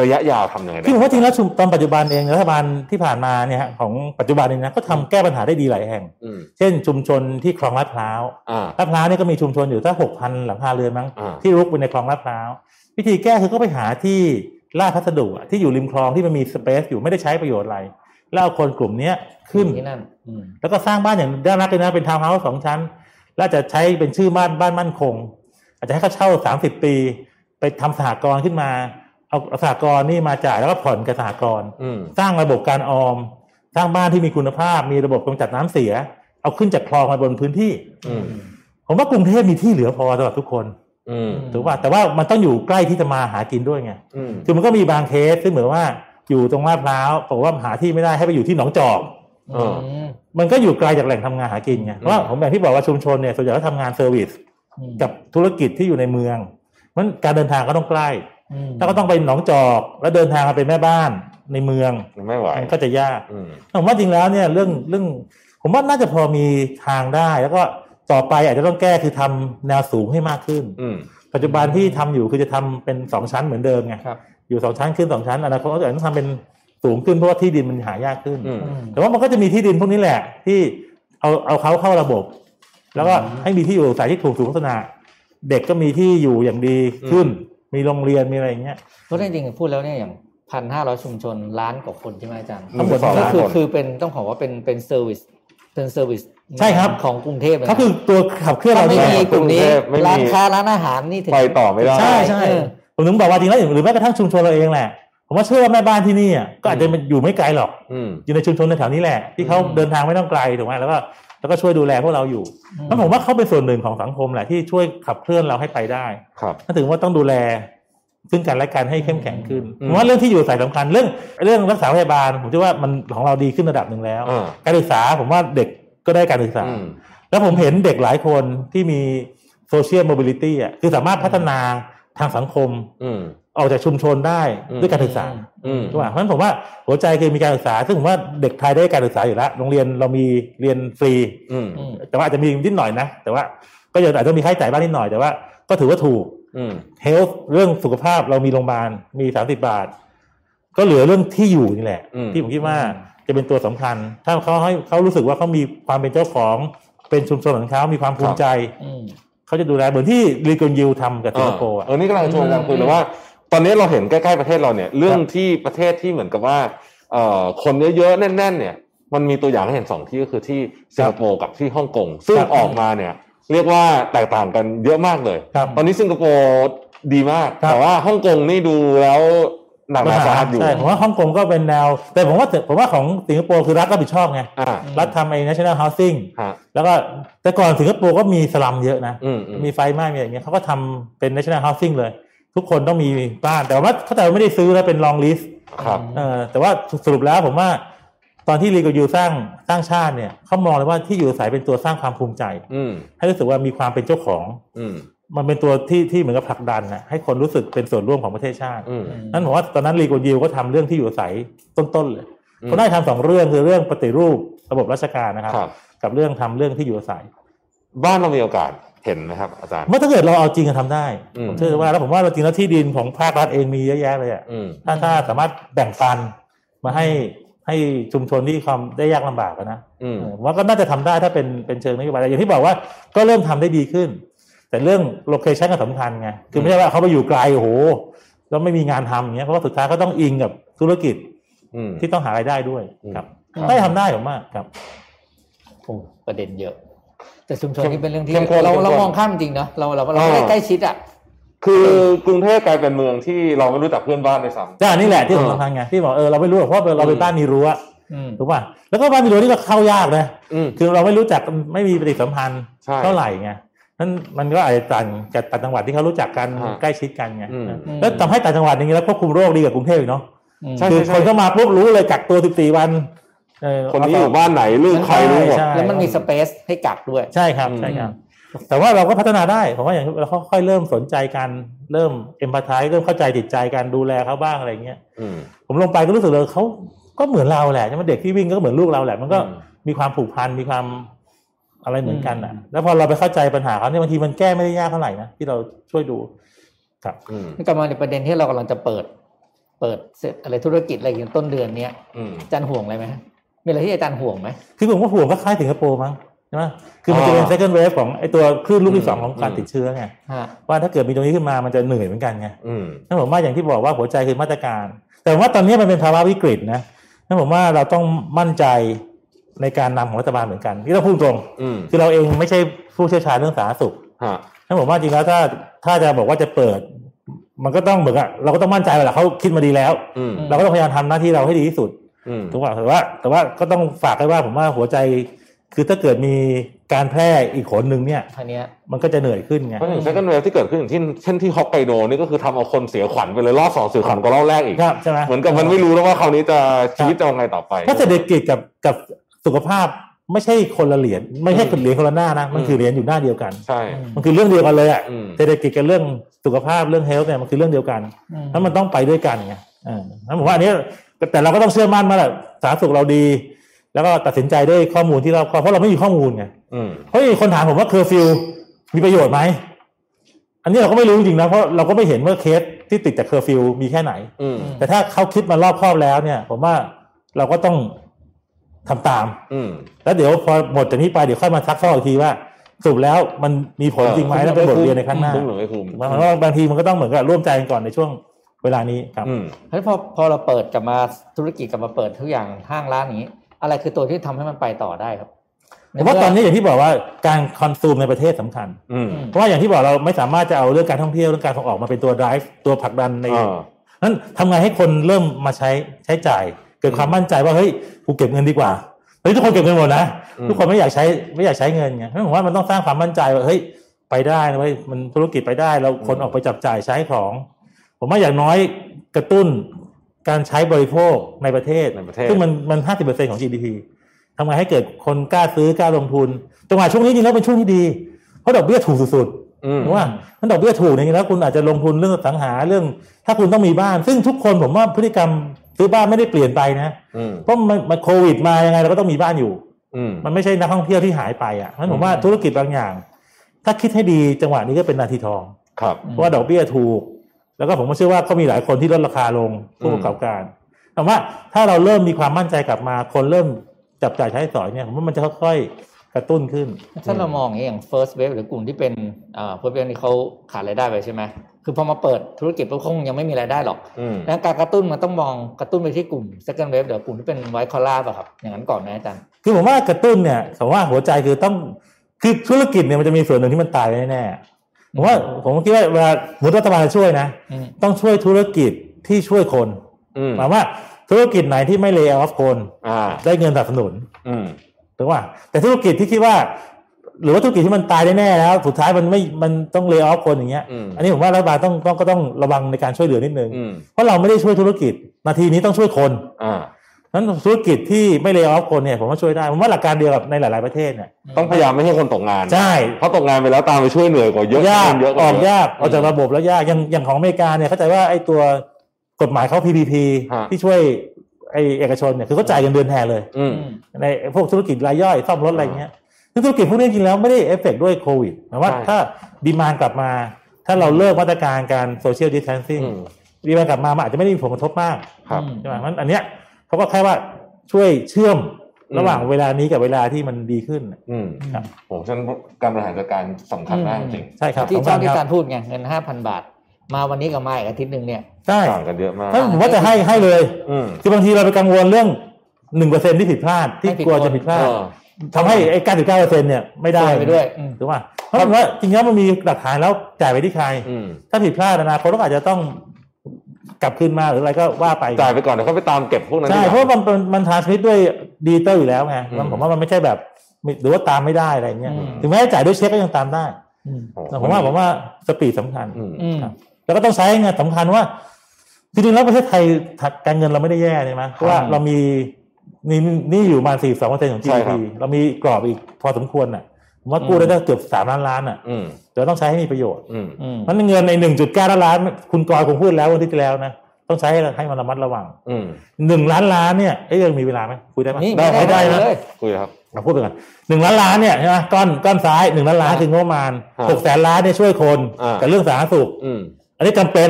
S2: ระยะยาวทำยังไงได้
S3: คือผมว่าจริงแล้วชุมตอนปัจจุบันเองรัฐบาลที่ผ่านมาเนี่ยฮะของปัจจุบันเองนะก็ทำแก้ปัญหาได้ดีหลายแห่ง
S2: อืม
S3: เช่น ชุมชนที่คลองลาดพร้าว
S2: อ่า
S3: ลาดพร้าวเนี่ยก็มีชุมชนอยู่ตั้งหกพันหลังคาเรือนมั้ง
S2: อ่า
S3: ที่รุกไปในคลองลาดพร้าววิธีแก้คือก็ไปหาที่ลาดพัสดุอะที่อยู่ริมคลองที่มันมีสเปซอยู่ไม่ได้ใช้ประโยชน์อะไรแล้วเอาคนกลุ่มเนี้ยขึ้น
S4: ที่นั่นอืม
S3: แล้วก็สร้างบ้านอย่างน่ารักเลยนะเป็นทาวน์เฮาส์สองชั้น แล้วอาจจะใช้เป็นชื่อบ้านบ้านมั่นคง อาจจะให้เขาเช่าสามสิบปี ไปทำสหกรณ์ขึ้นมา เอาสหกรณ์นี่มาจ่ายแล้วก็ผ่อนกับสหกรณ์
S2: อืม
S3: สร้างระบบการออม สร้างบ้านที่มีคุณภาพ มีระบบกำจัดน้ำเสีย เอาขึ้นจากคลองมาบนพื้นที่
S2: อืม
S3: ผมว่ากรุงเทพมีที่เหลือพอสำหรับทุกคน
S2: อืม
S3: ถูกป่ะแต่ว่ามันต้องอยู่ใกล้ที่จะมาหากินด้วยไง
S2: อืม
S3: คือมันก็มีบางเคสที่เหมือนว่าอยู่ตรงลาดพร้าวบอกว่าหาที่ไม่ได้ให้ไปอยู่ที่หนองจอก
S4: อืม
S3: มันก็อยู่ไกลจากแหล่งทำงานหากินไง เพราะว่าผมอย่างที่บอกว่าชุมชนเนี่ยส่วนใหญ่ก็ทำงานเซอร์วิสกับธุรกิจที่อยู่ในเมืองมันการเดินทางก็ต้องใกล้
S4: อืม
S3: ถ้าก็ต้องไปหนองจอก แล้วเดินทางมาเป็นแม่บ้านในเมือง
S2: ไม่ไหว
S3: มันก็จะยาก
S2: อืม
S3: ผมว่าจริงแล้วเนี่ยเรื่องเรื่องผมว่าน่าจะพอมีทางได้ แล้วก็ต่อไปอาจจะต้องแก้คือทำแนวสูงให้มากขึ้น
S2: อืม
S3: ปัจจุบันที่ทำอยู่คือจะทำเป็นสองชั้นเหมือนเดิมไง
S4: ครับ
S3: อยู่สองชั้นขึ้นสองชั้นอนาคตก็อาจจะต้องทำเป็นสูงขึ้นเพราะว่าที่ดินมันหายากขึ้น
S2: อืม
S4: อืม
S3: แต่ว่ามันก็จะมีที่ดินพวกนี้แหละที่เอาเอาเขาเข้าระบบ แล้วก็ให้มีที่อยู่อาศัยที่ถูกสุขลักษณะ เด็กก็มีที่อยู่อย่างดีขึ้น มีโรงเรียนมีอะไรอย่างเงี้ย
S4: เพราะจริงๆพูดแล้วเนี่ยอย่างพันห้าร้อยชุมชนล้านกว่าคนใช่ไหมอาจารย์
S2: ทั้งหมดสอง
S4: ก็
S2: ล้าน
S4: คือ
S2: คน
S4: คือเป็นต้องบอกว่าเป็นเป็นเซอร์วิสเป็นเซอร์วิส
S3: ใช่ครับ
S4: ของกรุงเทพเลยนะ
S3: เขาคือตัวขับเคลื่อน
S4: ถ้า
S3: เรา
S4: ไม่
S3: เนี่ย
S4: มีกลุ่มนี้
S2: ไม่มี
S4: ร้านค้าร้านอาหารนี่ถึง
S2: ไปต่อไม่ได้
S3: ใช่ใช่
S4: เออ
S3: ผมถึงบอกว่าจริงแล้วหรือแม้กระทั่งชุมชนเราเองแหละ ผมว่าเชื่อว่าแม่บ้านที่นี่อ่ะก็อาจจะมันอยู่ไม่ไกลหรอก
S2: อืม
S3: อยู่ในชุมชนแถวๆนี้แหละ ที่เขา
S4: อืม
S3: เดินทางไม่ต้องไกลถูกไหมแล้วก็แล้วก็ช่วยดูแลพวกเราอยู่แล้วผมว่าเขาเป็นส่วนหนึ่งของสังคมแหละที่ช่วยขับเคลื่อนเราให้ไปได้
S2: ครับ
S3: ถ้าถึงว่าต้องดูแลซึ่งกันและกันให้เข้มแข็งขึ้น
S2: อืม
S3: ผมว่าเรื่องที่อยู่อาศัยสำคัญเรื่องเรื่องรักษาพยาบาลผมเชื่อว่ามันของเราดีขึ้นระดับหนึ่งแล้ว
S2: อ่า
S3: การศึกษาผมว่าเด็กก็ได้การศึกษา
S2: อืม
S3: แล้วผมเห็นเด็กหลายคนที่มีโซเชียล o b บิลิตี้อ่ะคือสามารถพัฒนาทางสังคม
S2: อืม
S3: ออกจากชุมชนได้
S2: อืม
S3: ด้วยการศึกษา
S2: อืม
S3: ถูกป่ะเพราะฉะนั้นผมว่าหัวใจคือมีการศึกษา ซึ่งผมว่าเด็กไทยได้การศึกษาอยู่แล้วโรงเรียนเรามีเรียนฟรี
S2: อืม
S4: อืม
S3: แต่ว่าอาจจะมีนิดหน่อยนะ แต่ว่าก็ยังอาจจะมีค่าใช้จ่ายบ้างนิดหน่อยแต่ว่าก็ถือว่าถูก
S2: อืม
S3: เฮลท์เรื่องสุขภาพเรามีโรงพยาบาลมีสามสิบาท ก็เหลือเรื่องที่อยู่นี่แหละ
S2: อืม
S3: ที่ผมคิดว่าจะเป็นตัวสำคัญ ถ้าเขาให้เขารู้สึกว่าเขามีความเป็นเจ้าของ เป็นชุมชนของเขามีความภูมิใจ
S4: อืม
S3: เขาจะดูแลเหมือนที่รีกอนยิวทำกับสิงคโปร์อะ
S2: เออนี่กำลังชวนกันคุยเลยว่า ตอนนี้เราเห็นใกล้ๆประเทศเราเนี่ย เรื่องที่ประเทศที่เหมือนกับว่าเอ่อคนเยอะๆแน่น ๆ เนี่ย มันมีตัวอย่างให้เห็นสองที่ก็คือที่สิงคโปร์กับที่ฮ่องกงซึ่ง
S3: ครับ
S2: ออกมาเนี่ย เรียกว่าแตกต่างกันเยอะมากเลย
S3: ครับ
S2: ตอนนี้สิงคโปร์ดีมาก
S3: ครับ
S2: แต่ว่าฮ่องกงนี่ดูแล้วหนักหนาสาหัสอยู่
S3: ใช่ผมว่าฮ่องกงก็เป็นแนว แต่ผมว่าผมว่าของสิงคโปร์คือรัฐรับผิดชอบไง
S2: อ่า
S3: รัฐทำไอ้ national housing
S2: ฮะ
S3: แล้วก็แต่ก่อนสิงคโปร์ก็มีสลัมเยอะนะ
S2: อืมอืม
S3: มีไฟไหม้มีอะไรเงี้ยเขาก็ทำเป็น national housing เลย ทุกคนต้องมีบ้านแต่ว่าถ้าแต่ไม่ได้ซื้อแล้วเป็นลองลิส
S2: ครับ
S3: เออแต่ว่าสรุปแล้วผมว่าตอนที่รีกยูสร้างสร้างชาติเนี่ยเขามองเลยว่าที่อยู่อาศัยเป็นตัวสร้างความภูมิใจ
S2: อืม
S3: ให้รู้สึกว่ามีความเป็นเจ้าของ
S2: อืม
S3: มันเป็นตัวที่ที่เหมือนกับผลักดันนะให้คนรู้สึกเป็นส่วนร่วมของประเทศชาติ
S2: อืม
S3: นั้นผมว่าตอนนั้นรีกยูก็ทำเรื่องที่อยู่อาศัยต้นๆเลย
S2: อืม
S3: เขาได้ทำสองเรื่องคือเรื่องปฏิรูประบบราชการนะครับ
S2: ครับ
S3: กับเรื่องทำเรื่องที่อยู่อาศัย
S2: บ้านเรามีโอกาสเห็นไหมครับ อาจารย์
S3: เมื่อถ้าเกิดเราเอาจริงกันทำได้
S2: อืม
S3: ผมเชื่อว่าแล้วผมว่าเราจริงแล้วที่ดินของภาครัฐเองมีเยอะแยะเลยอะ
S2: อืม
S3: ถ้าถ้าสามารถแบ่งปันมาให้ให้ชุมชนที่ความได้ยากลำบากอะนะ
S2: อืม
S3: เออผมว่าก็น่าจะทำได้ถ้าเป็นเป็นเชิงนโยบายแต่อย่างที่บอกว่าก็เริ่มทำได้ดีขึ้น แต่เรื่องโลเคชันก็สำคัญไงคือไม่ใช่ว่าเขาไปอยู่ไกลโอ้โหแล้วไม่มีงานทำอย่างเงี้ยเพราะว่าสุดท้ายก็ต้องอิงกับธุรกิจ
S2: อืม
S3: ที่ต้องหารายได้ด้วย
S2: อืม
S3: ครับ
S4: ครับ
S3: ได้ทำได้ผมว่าครับ
S4: โอ้ประเด็นเยอะ แต่ชุมชน
S2: เข้ม
S4: นี่เป็นเรื่องที่
S2: เข้มข้น
S4: เรา
S2: เข้มข้น
S4: เรามองข้ามจริงเนาะเราเราเรา
S2: อ่า
S4: ไม่ได้ใกล้ชิดอ่ะ
S2: คือกรุงเทพกลายเป็นเมืองที่เราไม่รู้จักเพื่อนบ้านเลยซ้
S3: จ้านี่แหละที่ผม
S2: เออ
S3: สำคัญไงที่บอกเออเราไม่รู้หรอกเพราะเราไป
S2: อืม
S3: บ้านมีรั้ว
S4: อืม
S3: ถูกป่ะแล้วก็บ้านมีรั้วนี่ก็เข้ายากนะ
S2: ำอืม
S3: คือเราไม่รู้จักไม่มีปฏิสัมพันธ์
S2: ใช่
S3: เท่าไหร่ไงนั้นมันก็อาจจะต่างจากต่างจังหวัดที่เขารู้จักกัน
S2: ฮะ
S3: ใกล้ชิดกันไง
S2: อืม
S3: แล้วทำให้ต่างจังหวัดอย่างนี้แล้วควบคุมโรคดีกว่ากรุงเทพอีกเนาะ
S2: ใช่
S3: คือ
S2: ใช่
S3: คนก็มาปุ๊บรู้เลยกักตัว 14 วันเออ
S2: คนนี้อยู่บ้านไหนลูกใครรู้หมด
S3: ใช่
S4: แล้วมันมีสเปซให้กักด้วย
S3: ใช่ครับ
S2: อืม
S3: ใช่ครับ แต่ว่าเราก็พัฒนาได้ผมว่าอย่างเราค่อยๆเริ่มสนใจกันเริ่มเอมพัตไทเริ่มเข้าใจจิตใจกันดูแลเขาบ้างอะไรเงี้ย
S2: อืม
S3: ผมลงไปก็รู้สึกเลยเขาก็เหมือนเราแหละใช่ไหมเด็กที่วิ่งก็เหมือนลูกเราแหละมันก็
S2: อืม
S3: มีความผูกพันมีความอะไรเหมือนกันอ่ะ แล้วพอเราไปเข้าใจปัญหาเขาเนี่ยบางทีมันแก้ไม่ได้ยากเท่าไหร่นะที่เราช่วยดู ครับ
S2: อืม
S4: กลับมาในประเด็นที่เรากำลังจะเปิด เปิดเสร็จอะไรธุรกิจอะไรอย่างต้นเดือนเนี้ย
S2: อืม
S4: อาจารย์ห่วงอะไรไหมฮะมีอะไรที่อาจารย์ห่วงไหม
S3: คือผมว่าห่วงก็คล้ายสิงคโปร์มั้งใช่ไหมคือมันจะเป็น
S2: อ่า
S3: second wave ของไอตัวคลื่นลูกที่สองของการ
S2: อืม
S3: ติดเชื้อไง
S4: ฮะ
S3: ว่าถ้าเกิดมีตรงนี้ขึ้นมามันจะเหนื่อยเหมือนกันไง
S2: อืม
S3: นั่นผมว่าอย่างที่บอกว่าหัวใจคือมาตรการ แต่ว่าตอนนี้มันเป็นภาวะวิกฤตนะนั่นผมว่าเราต้องมั่นใจในการนำของรัฐบาลเหมือนกันที่เราพูดตรง
S2: อืม
S3: คือเราเองไม่ใช่ผู้เชี่ยวชาญเรื่องสาธารณสุข
S2: ฮะ
S3: ถ้าผมว่าจริงแล้วถ้าถ้าจะบอกว่าจะเปิด มันก็ต้องเหมือนกับเราก็ต้องมั่นใจว่าแหละเขาคิดมาดีแล้ว
S2: อืม
S3: เราก็ต้องพยายามทำหน้าที่เราให้ดีที่สุด
S2: อืม
S3: ถูกป่ะแต่ว่า แต่ว่าก็ต้องฝากไว้ว่าผมว่าหัวใจคือถ้าเกิดมีการแพร่อีกขนหนึ่งเนี่ย
S4: ท่านี้ย
S3: มันก็จะเหนื่อยขึ้นไง
S2: เพราะอย่าง second wave ที่เกิดขึ้นอย่างที่เช่นที่ฮอกไกโดนี่ก็คือทำเอาคนเสียขวัญไปเลยรอบสองเสียขวัญก็รอบแรกอีก
S3: ครับใช่ไหม
S2: เหมือนกับมันไม่รู้แล้วว่าคราวนี้จะชีวิตจะยังไงต่อไป
S3: เพราะเศรษฐกิจกับกับสุขภาพไม่ใช่คนละเหรียญไม่ใช่เหรียญคนละหน้านะมันคือเหรียญอยู่หน้าเดียวกัน
S2: ใช่
S3: มันคือเรื่องเดียวกันเลยอะ
S2: อืม
S3: เศรษฐกิจกับเรื่องสุขภาพเรื่องเฮลท์เนี่ยมันคือเรื่องเดียวกัน แล้วมันต้องไปด้วยกันไงเออแล้วผมว่าอันนี้แต่เราก็ต้องเชื่อมั่นมาแหละสาธารณสุขเราดี แล้วก็ตัดสินใจด้วยข้อมูลที่เราเพราะเราไม่มีข้อมูลไง
S2: อืม
S3: เพราะมีคนถามผมว่าเคอร์ฟิวมีประโยชน์ไหม อันนี้เราก็ไม่รู้จริงนะเพราะเราก็ไม่เห็นว่าเคสที่ติดจากเคอร์ฟิวมีแค่ไหน
S2: อืม
S3: แต่ถ้าเขาคิดมารอบครอบแล้วเนี่ย ผมว่าเราก็ต้องทำตาม
S2: อืม
S3: แล้วเดี๋ยวพอหมดจากนี้ไปเดี๋ยวค่อยมาซักซ้ออีกทีว่าสรุปแล้วมันมีผลจริงไหมแล้วเป็นบทเรียนในครั้งหน้า
S2: คุ้มหรือไม่คุ้ม
S3: หมายความว่าบางทีมันก็ต้องเหมือนกับร่วมใจกันก่อนในช่วงเวลานี้ครับ
S2: อืม
S4: เพราะฉะนั้นพอพอเราเปิดกลับมาธุรกิจกลับมาเปิดทุกอย่างห้างร้านอย่างนี้ อะไรคือตัวที่ทำให้มันไปต่อได้ครับ
S3: ผมว่าตอนนี้อย่างที่บอกว่าการคอนซูมในประเทศสำคัญ
S2: อืม
S3: เพราะว่าอย่างที่บอกเราไม่สามารถจะเอาเรื่องการท่องเที่ยวเรื่องการส่งออกมาเป็นตัว drive ตัวผลักดันใน
S2: อ่า
S3: นั้นทำไงให้คนเริ่มมาใช้ใช้จ่าย เกิดความมั่นใจว่าเฮ้ยกูเก็บเงินดีกว่าเฮ้ยทุกคนเก็บเงินหมดนะ
S2: อืม
S3: ทุกคนไม่อยากใช้ไม่อยากใช้เงินไงเพราะผมว่ามันต้องสร้างความมั่นใจว่าเฮ้ยไปได้นะเว้ยมันธุรกิจไปได้เราคนออกไปจับจ่ายใช้ของ ผมว่าอย่างน้อยกระตุ้นการใช้บริโภคในประเทศ
S2: ในประเทศ
S3: ซึ่งมันมันห้าสิบเปอร์เซ็นของ GDP ทำไงให้เกิดคนกล้าซื้อกล้าลงทุนจังหวะช่วงนี้จริงๆแล้วเป็นช่วงที่ดี เพราะดอกเบี้ยถูกสุด
S2: อืม
S3: ๆเพราะว่าถ้าดอกเบี้ยถูกเนี่ยจริงๆแล้วคุณอาจจะลงทุนเรื่องอสังหาเรื่อง ถ้าคุณต้องมีบ้าน ซึ่งทุกคนผมว่าพฤติกรรมซื้อบ้านไม่ได้เปลี่ยนไปนะ
S2: อืม
S3: เพราะมันมันโควิดมายังไงเราก็ต้องมีบ้านอยู่
S2: อืม
S3: มันไม่ใช่นักท่องเที่ยวที่หายไปอ่ะเพราะฉะนั้นผมว่าธุรกิจบางอย่าง ถ้าคิดให้ดีจังหวะนี้ก็เป็นนาทีทอง
S2: ครับ
S3: เพราะว่าดอกเบี้ยถูก แล้วก็ผมก็เชื่อว่าก็มีหลายคนที่ลดราคาลงผู้ประกอบการแต่ว่าถ้าเราเริ่มมีความมั่นใจกลับมา คนเริ่มจับจ่ายใช้สอยเนี่ยผมว่ามันจะค่อยๆกระตุ้นขึ้น
S4: ถ้าเรามองอย่างนี้อย่าง first wave หรือกลุ่มที่เป็นเอ่อ first wave นี่เขาขาดรายได้ไปใช่ไหมคือพอมาเปิดธุรกิจปุ๊บคงยังไม่มีรายได้หรอก
S2: อืม
S4: นะการกระตุ้นมันต้องมองกระตุ้นไปที่กลุ่ม second wave เดี๋ยวกลุ่มที่เป็นไวคอล่าป่ะครับอย่างนั้นก่อนไหมอาจารย์
S3: คือผมว่ากระตุ้นเนี่ยผมว่าหัวใจคือต้องคือธุรกิจเนี่ยมันจะมีส่วนหนึ่งที่มันตายไปแน่ๆผมว่าผมคิดว่าเวลาสมมุติรัฐบาลจะช่วยนะ
S4: อืม
S3: ต้องช่วยธุรกิจที่ช่วยคน
S2: อืม
S3: หมายว่าธุรกิจไหนที่ไม่เล y o อ f คน
S2: อ่า
S3: ได้เงินสนับสนุน
S2: อืม
S3: ถูกป่ะแต่ธุรกิจที่คิดว่า หรือว่าธุรกิจที่มันตายแน่ๆแล้วสุดท้ายมันไม่มันต้องเลิกออฟคนอย่างเงี้ย
S2: อืม
S3: อันนี้ผมว่ารัฐบาลต้องต้องก็ต้องระวังในการช่วยเหลือนิดนึง
S2: อืม
S3: เพราะเราไม่ได้ช่วยธุรกิจ นาทีนี้ต้องช่วยคน
S2: อ่า
S3: ฉะนั้นธุรกิจที่ไม่เลิกออฟคนเนี่ยผมว่าช่วยได้ผมว่าหลักการเดียวกับในหลาย ๆประเทศเนี่ย
S2: ต้องพยายามไม่ให้คนตกงาน
S3: ใช่
S2: เพราะตกงานไปแล้วตามไปช่วยเหนื่อยกว่าเยอะ
S3: ยาก
S2: เยอะ
S3: ออก
S2: เะ
S3: ยากออกจากระบบแล้วยากอย่างอย่างของอเมริกาเนี่ยเข้าใจว่าไอ้ตัวกฎหมายเขา PPP
S2: ฮะ
S3: ที่ช่วยไอ้เอกชนเนี่ยคือเขาจ่ายเงินเดือนแทนเลย
S2: อืม
S3: ในพวกธุรกิจรายย่อยซ่อมรถอะไรเงี้ยซึ่งธุรกิจพวกนี้จริงๆแล้วไม่ได้เอฟเฟกต์ด้วยโควิดหมายว่า
S2: ใช่
S3: ถ้าดีมานกลับมา ถ้าเราเลิกมาตรการการโซเชียลดิสแทนซิ่ง
S2: อืม
S3: ดีมานกลับมามันอาจจะไม่ได้มีผลกระทบมาก
S2: ครับ
S3: ใช่ไหมมันอันเนี้ยเขาก็แค่ว่าช่วยเชื่อมระหว่าง
S2: อืม
S3: เวลานี้กับเวลาที่มันดีขึ้น
S2: อืม
S3: ครับ
S2: ผมฉะนันการบริหารจัดการสำคัญมากจริง
S3: ใช่ครับ
S4: ที่
S3: สำ
S4: ช
S3: คั
S4: อบ
S3: ญ
S4: ที่
S3: ค
S4: กา
S3: รับ
S4: รพูดไงเงินห้าพันบาท มาวันนี้กับมาอีกอาทิตย์หนึ่งเนี่ย
S3: ใช่
S2: ๆต่างกันเยอะมาก
S3: ถ้าผมว่าจะให้ให้เลย
S2: อืม
S3: คือบางทีเราไปกังวลเรื่องหนึ่งเปอร์เซ็นที่ผิดพลาดที่
S4: ให้ผิด
S3: กลัว
S4: คน
S3: จะผิดพลาด
S2: เออ
S3: ทำให้ไอ้เก้าสิบเก้าเปอร์เซ็นเนี่ยไม่ได้
S4: ช่วยไปด้วยอืม
S3: ถูกป่ะเพราะว่าจริงๆแล้วมันมีหลักฐานแล้วจ่ายไปที่ใคร
S2: อืม
S3: ถ้าผิดพลาดอนะคนก็อาจจะต้องกลับคืนมาหรืออะไรก็ว่าไป
S2: จ่ายไปก่อนเดี๋ยวเขาไปตามเก็บพวกนั้น
S3: ใช่
S2: ดีกว่
S3: เพราะมันมันมันทานสมิตด้วยดิจิตอลอยู่แล้วไงมัน
S2: อืม
S3: ผมว่ามันไม่ใช่แบบหรือว่าตามไม่ได้อะไรเงี้ย
S4: อืม
S3: ถึงแม้จะจ่ายด้วยเช็คก็ยังตามได้
S4: อืม
S2: โอ้โห
S3: แต่ผมว่าผมว่าสปีดสำคัญ
S2: อืม
S4: อืม
S3: ครับแล้วก็ต้องใช้ไงสำคัญว่าจริงๆแล้วประเทศไทยการเงินเราไม่ได้แย่เนี่ยมั้ยเพราะว่าเรามีนี่นี่อยู่ประมาสี่สองเปอร์เซ็นของ
S2: ใช่ค
S3: GDP
S2: รับ
S3: เรามีกรอบอีกพอสมควรน่ะผมว่ากู้ได้ตั้งเกือบสามล้านล้านน่ะ
S2: อืม
S3: แต่ต้องใช้ให้มีประโยชน์
S2: อืม
S4: อืม
S3: มันเงินในหนึ่งจุดเก้าล้านล้าน คุณกรคงพูดแล้ววันที่ที่แล้วนะต้องใช้ให้ให้มันระมัดระวัง
S2: อืม
S3: หนึ่งล้านล้านเนี่ยเอ้ยยังมีเวลาไหมคุยได้ไหม
S4: นี่
S3: ได้ได้นะ
S4: เลย
S2: คุยครับ
S3: เอาพูดไปก่อนหนึ่งล้านล้านเนี่ยใช่ไหมก้อนก้อนซ้ายหนึ่งล้านล้าน
S4: ครับ
S3: คืองบประมาณ
S2: ครับ
S3: หกแสนล้านเนี่ยช่วยคน
S2: อ่ากั
S3: กับเรื่องสาธารณสุข
S2: อืม
S3: อันนี้จำเป็น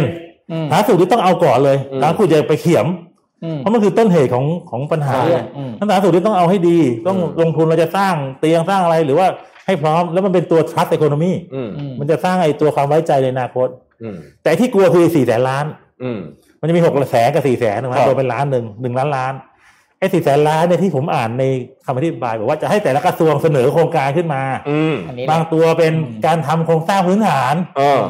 S4: อืม
S3: สาธารณสุขที่ต้องเอาก่อนเลย
S2: อืม
S3: สาธารณสุขจะไปเขี่ยม
S4: อืม
S3: เพราะมันคือต้นเหตุของของปัญหา
S2: ใช่
S3: เนี่ย
S4: อืม
S3: ทั้งสาธารณสุขที่ต้องเอาให้ดี ต้อง
S2: อืม
S3: ลงทุนเราจะสร้างเตียงสร้างอะไรหรือว่าให้พร้อมแล้วมันเป็นตัว trust economy
S2: อืม
S4: อืม
S3: มันจะสร้างไอ้ตัวความไว้ใจในอนาคต
S2: อืม
S3: แต่ที่กลัวคือสี่แสนล้าน
S2: อืม
S3: มันจะมีหกแสนกับสี่แสนถูกไหม
S2: ครับ
S3: รวมเป็นล้านหนึ่งหนึ่งล้านล้านไอ้สี่แสนล้านเนี่ยที่ผมอ่านในคำอธิบายบอกว่าจะให้แต่ละกระทรวงเสนอโครงการขึ้นมา
S2: อืม
S4: อันนี้
S3: บางตัวเป็น
S4: อืม
S3: การทำโครงสร้างพื้นฐาน
S2: เออ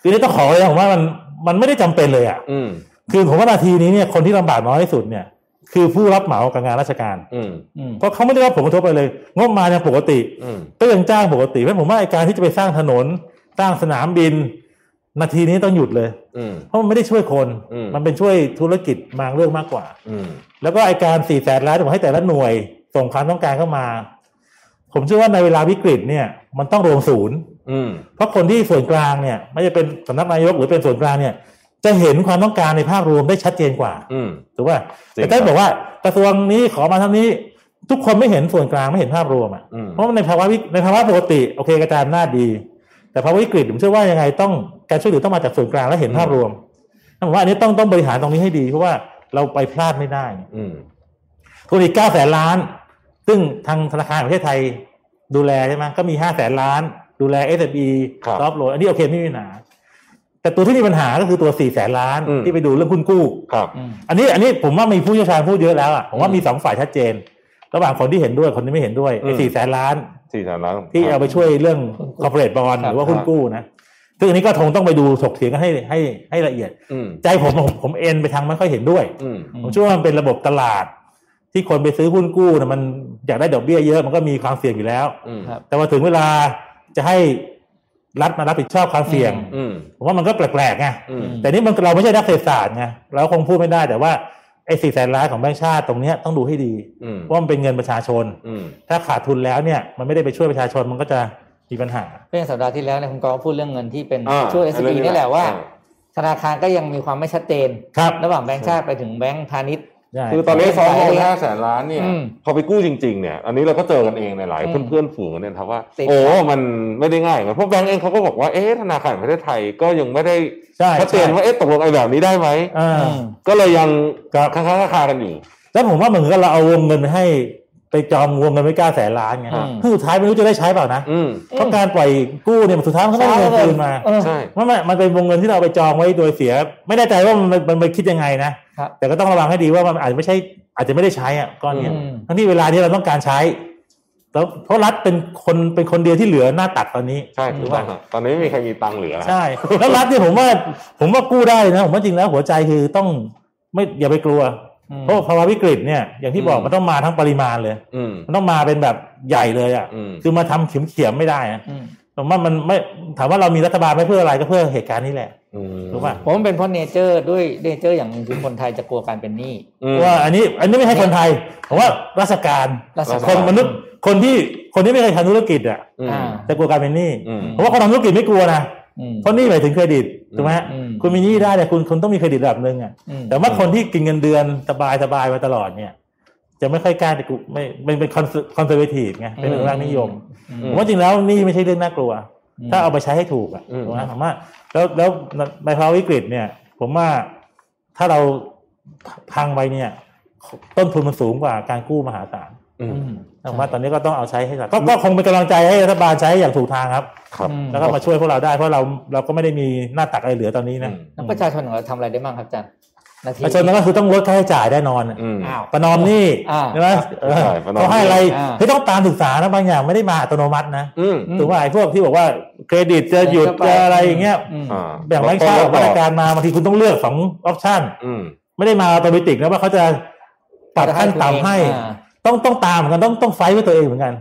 S3: คือนี่ต้องขอเลยนะผมว่ามันมันไม่ได้จำเป็นเลยอ่ะ
S2: อืม
S3: คือผมว่านาทีนี้เนี่ยคนที่ลำบากน้อยที่สุดเนี่ย คือผู้รับเหมากับงานราชการ
S2: อืม
S4: อืม
S3: เพราะเขาไม่ได้รับผลกระทบอะไรเลยงบมาอย่างปกติ
S2: อืม
S3: ก็ยังจ้างปกติเพราะผมว่าไอ้การที่จะไปสร้างถนน สร้างสนามบิน นาทีนี้ต้องหยุดเลย
S2: อืม
S3: เพราะมันไม่ได้ช่วยคน
S2: อืม
S3: มันเป็นช่วยธุรกิจบางเรื่องมากกว่า
S2: อืม
S3: แล้วก็ไอการสี่แสนล้านที่ผมให้แต่ละหน่วยส่งความต้องการเข้ามา ผมเชื่อว่าในเวลาวิกฤตเนี่ย มันต้องรวมศูนย์
S2: อืม
S3: เพราะคนที่ส่วนกลางเนี่ย ไม่จะเป็นสำนักนายกหรือเป็นส่วนกลางเนี่ย จะเห็นความต้องการในภาพรวมได้ชัดเจนกว่า
S2: อืม
S3: ถูกป่ะ
S2: จริง
S3: แต่ท่านบอกว่ากระทรวงนี้ขอมาเท่านี้ ทุกคนไม่เห็นส่วนกลางไม่เห็นภาพรวมอ่ะ
S2: อืม
S3: เพราะในภาวะวิในภาวะปกติโอเคกระจายอำนาจดี แต่ภาวะวิกฤตผมเชื่อว่ายังไงต้องการช่วยเหลือต้องมาจากส่วนกลางและเห็นภาพรวมผมว่าอันนี้ต้องต้องบริหารตรงนี้ให้ดี เพราะว่าเราไปพลาดไม่ได้
S2: อืม
S3: ทุนอีกเก้าแสนล้าน ซึ่งทางธนาคารแห่งประเทศไทยดูแลใช่ไหมก็มีห้าแสนล้าน ดูแล s อ e
S2: ครับ
S3: ซอฟโลนอันนี้โอเคไม่มีปัญหา แต่ตัวที่มีปัญหาก็คือตัวสี่แสนล้าน
S2: อืม
S3: ที่ไปดูเรื่องหุ้นกู้
S2: ครับ
S4: อืม
S3: อันนี้อันนี้ผมว่ามีผู้เชี่ยวชาญพูดเยอะแล้วอ่ะผมว่า
S2: อืม
S3: มีสองฝ่ายชัดเจน ระหว่างคนที่เห็นด้วยคนที่ไม่เห็นด้วย
S2: อื
S3: ไอ้
S2: ม
S3: สี่แสนล้าน
S2: สี่แสนล้าน
S3: ที่เอาไปช่วยเรื่อง corporate bond
S4: ครั
S3: ห
S4: บ
S3: รือว่าหุ้นกู้นะซึ่งอันนี้ก็คงต้องไปดูถกเถียงกันให้ให้ให้ละเอียด
S2: อืม
S3: ใจผมผมผมเอ็นไปทางไม่ค่อยเห็นด้วย
S2: อืม
S3: ผมเชื่อว่ามันเป็นระบบตลาด ที่คนไปซื้อหุ้นกู้นะมันอยากได้ดอกเบี้ยเยอะมันก็มีความเสี่ยงอยู่แล้ว
S2: อืม
S4: ครับ
S3: แต่มาถึงเวลาจะให้รัฐมารับผิดชอบความเสี่ยง
S2: อืม
S3: ผมว่ามันก็แปลกๆไง
S2: อืม
S3: แต่นี่มันเราไม่ใช่นักเศรษฐศาสตร์ไงเราคงพูดไม่ได้แต่ว่าไอ้สี่แสนล้านของแบงก์ชาติตรงเนี้ยต้องดูให้ดี
S2: อืม
S3: ว่ามันเป็นเงินประชาชน
S2: อืม
S3: ถ้าขาดทุนแล้วเนี่ย มันไม่ได้ไปช่วยประชาชนมันก็จะมีปัญหา
S4: เรื่องสัปดาห์ที่แล้วเนี่ยคุณกองพูดเรื่องเงินที่เป็น
S2: อ่า
S4: ช่วยเอส
S2: เรื่องนี้
S4: บีนี่ยแหละว่า
S2: อ่า
S4: ธนาคารก็ยังมีความไม่ชัดเจน
S3: ครับ
S4: ระหว่างแบงก์ชาติไปถึงแบงก์พาณิชย์
S3: ใช่
S2: คือตอนนี้
S4: ใช่
S2: ฟ้องร้องห้าแสนล้านเนี่ย
S4: อืม
S2: พอไปกู้จริงๆ เนี่ย อันนี้เราก็เจอกันเองในยหลาย
S4: อืม
S2: เพื่อนๆฝูงกันเนี่ยนะครับว่า
S4: ติด
S2: โอ้มันไม่ได้ง่ายเหมือนพวกแบงก์เองเขาก็บอกว่าเอ๊ะธนาคารแห่งประเทศไทยก็ยังไม่ได้
S3: ใช่
S2: ชัดเจนว่าเอ๊ะตกลงไอ้แบบนี้ได้ไหม
S3: อ่า
S2: ก็เลยยัง
S3: ครับ
S2: ค้างๆคาๆกันอยู่
S3: แล้วผมว่าเหมือนกับเราเอาวงเงินไปให้ไปจองวงเงินไว้เก้าแสนล้านไง
S2: อืม
S3: ซึ่งสุดท้ายไม่รู้จะได้ใช้เปล่านะ
S2: อืม
S3: เพราะการปล่อยกู้เนี่ยมันสุดท้ายมันก็ต้องได้เงินคืนมา
S4: เออ
S2: ใช่
S3: ว่ามันมันเป็นวงเงินที่เราเอาไปจองไว้โดยเสีย ไม่แน่ใจว่ามันมันมันคิดยังไงนะครับ แต่ก็ต้องระวังให้ดีว่ามันอาจจะไม่ใช่ อาจจะไม่ได้ใช้อ่ะก้อนเนี้ย
S4: อืม
S3: ทั้งที่เวลานี้เราต้องการใช้แล้วเพราะรัฐเป็นคนเป็นคนเดียวที่เหลือหน้าตักตอนนี้
S2: ใช่ถูกต้องครับตอนนี้ไม่มีใครมีตังค์เหลือแล้ว
S3: ใช่แล้วรัฐเนี่ยผมว่าผมว่ากู้ได้นะผมว่าจริงแล้วหัวใจคือต้องไม่อย่าไปกลัว
S2: อืม
S3: เพราะภาวะวิกฤตเนี่ยอย่างที่บอกมันต้องมาทั้งปริมาณเลย
S2: อืม
S3: มันต้องมาเป็นแบบใหญ่เลยอ่ะ
S2: อืม
S3: คือมาทำเข็มเขียมๆไม่ได้อะ
S4: อืม
S3: ผมว่ามันไม่ถามว่าเรามีรัฐบาลไว้เพื่ออะไรก็เพื่อเหตุการณ์นี้แหละ
S2: อืม
S3: รู้ป่ะ
S4: ผมว่าเป็นเพราะเนเจอร์ด้วยเนเจอร์อย่างหนึ่งคือคนไทยจะกลัวการเป็นหนี้
S2: อื
S3: เพ
S2: ม
S3: ราะว่าอันนี้อันนี้ไม่ใช่คนไทยผมว่าราชการ
S4: ราชการ
S3: คนมนุษย์คนที่คนที่ไม่เคยทำธุรกิจอ่ะ
S2: อืม
S4: อ่า
S3: จะกลัวการเป็นหนี้
S2: อืม
S3: เพราะว่าคนทำธุรกิจไม่กลัวนะ
S4: อืม
S3: เพราะหนี้หมายถึงเครดิตถูกไหมฮะ
S4: อืม
S3: คุณมีหนี้ได้เนี่ยคุณคุณต้องมีเครดิตระดับหนึ่งอ่ะ
S4: อืม
S3: แต่ว่าคนที่กินเงินเดือนสบายสบายมาตลอดเนี่ย จะไม่ค่อยกล้าจะกูไม่เป็นเป็นคอนคอนเซอร์เวทีฟไงเป็น
S4: อืม
S3: เรื่องรักนิยม
S4: อื
S3: ผม มว่าจริงแล้วนี่ไม่ใช่เรื่องน่ากลัว ถ้าเอาไปใช้ให้ถูกอ่ะ
S2: อืม
S3: ถูกไหมผมว่าแล้วแล้วในภาวะวิกฤตเนี่ย ผมว่าถ้าเราพังไปเนี่ย ต้นทุนมันสูงกว่าการกู้มหาศาล
S2: อืม
S3: ผมว่าตอนนี้ก็ต้องเอาใช้ให้หลักก็ก็คงเป็นกำลังใจให้รัฐบาลใช้อย่างถูกทางครับ
S2: ครับ
S4: อืม
S3: แล้วก็มาช่วยพวกเราได้เพราะเราเราก็ไม่ได้มีหน้าตักอะไรเหลือตอนนี้นะ
S4: แล้วประชาชนของเราทำอะไรได้บ้างครับอาจารย์นาที
S3: ประชาชนก็คือต้องลดค่าใช้จ่ายแน่นอนอะ
S2: อืม
S4: อ้าว
S3: ประนอมหนี่
S4: อ่า
S3: ใช่ไหมเออ
S2: ใช่ประนอมหนี้
S3: เขาให้อะไร
S4: อ่า
S3: เฮ้ยต้องตามศึกษานะบางอย่างไม่ได้มาอัตโนมัตินะ
S2: อืม
S3: ถูกไหมไอ้พวกที่บอกว่าเครดิตจะหยุดจะอะไรอย่างเงี้ย
S4: ม
S2: อ่า
S3: แบ่งไว้ค่าบริการมาบางทีคุณต้องเลือกสองออปชัน
S2: อืม
S3: ไม่ได้มาอัตโนมัตินะว่าเขาจะปรับขั้นต่ำให้
S4: อ่า
S3: ต้องต้องตามเหมือนกันต้องต้องไฟท์ไว้ตัวเองเหมือนกัน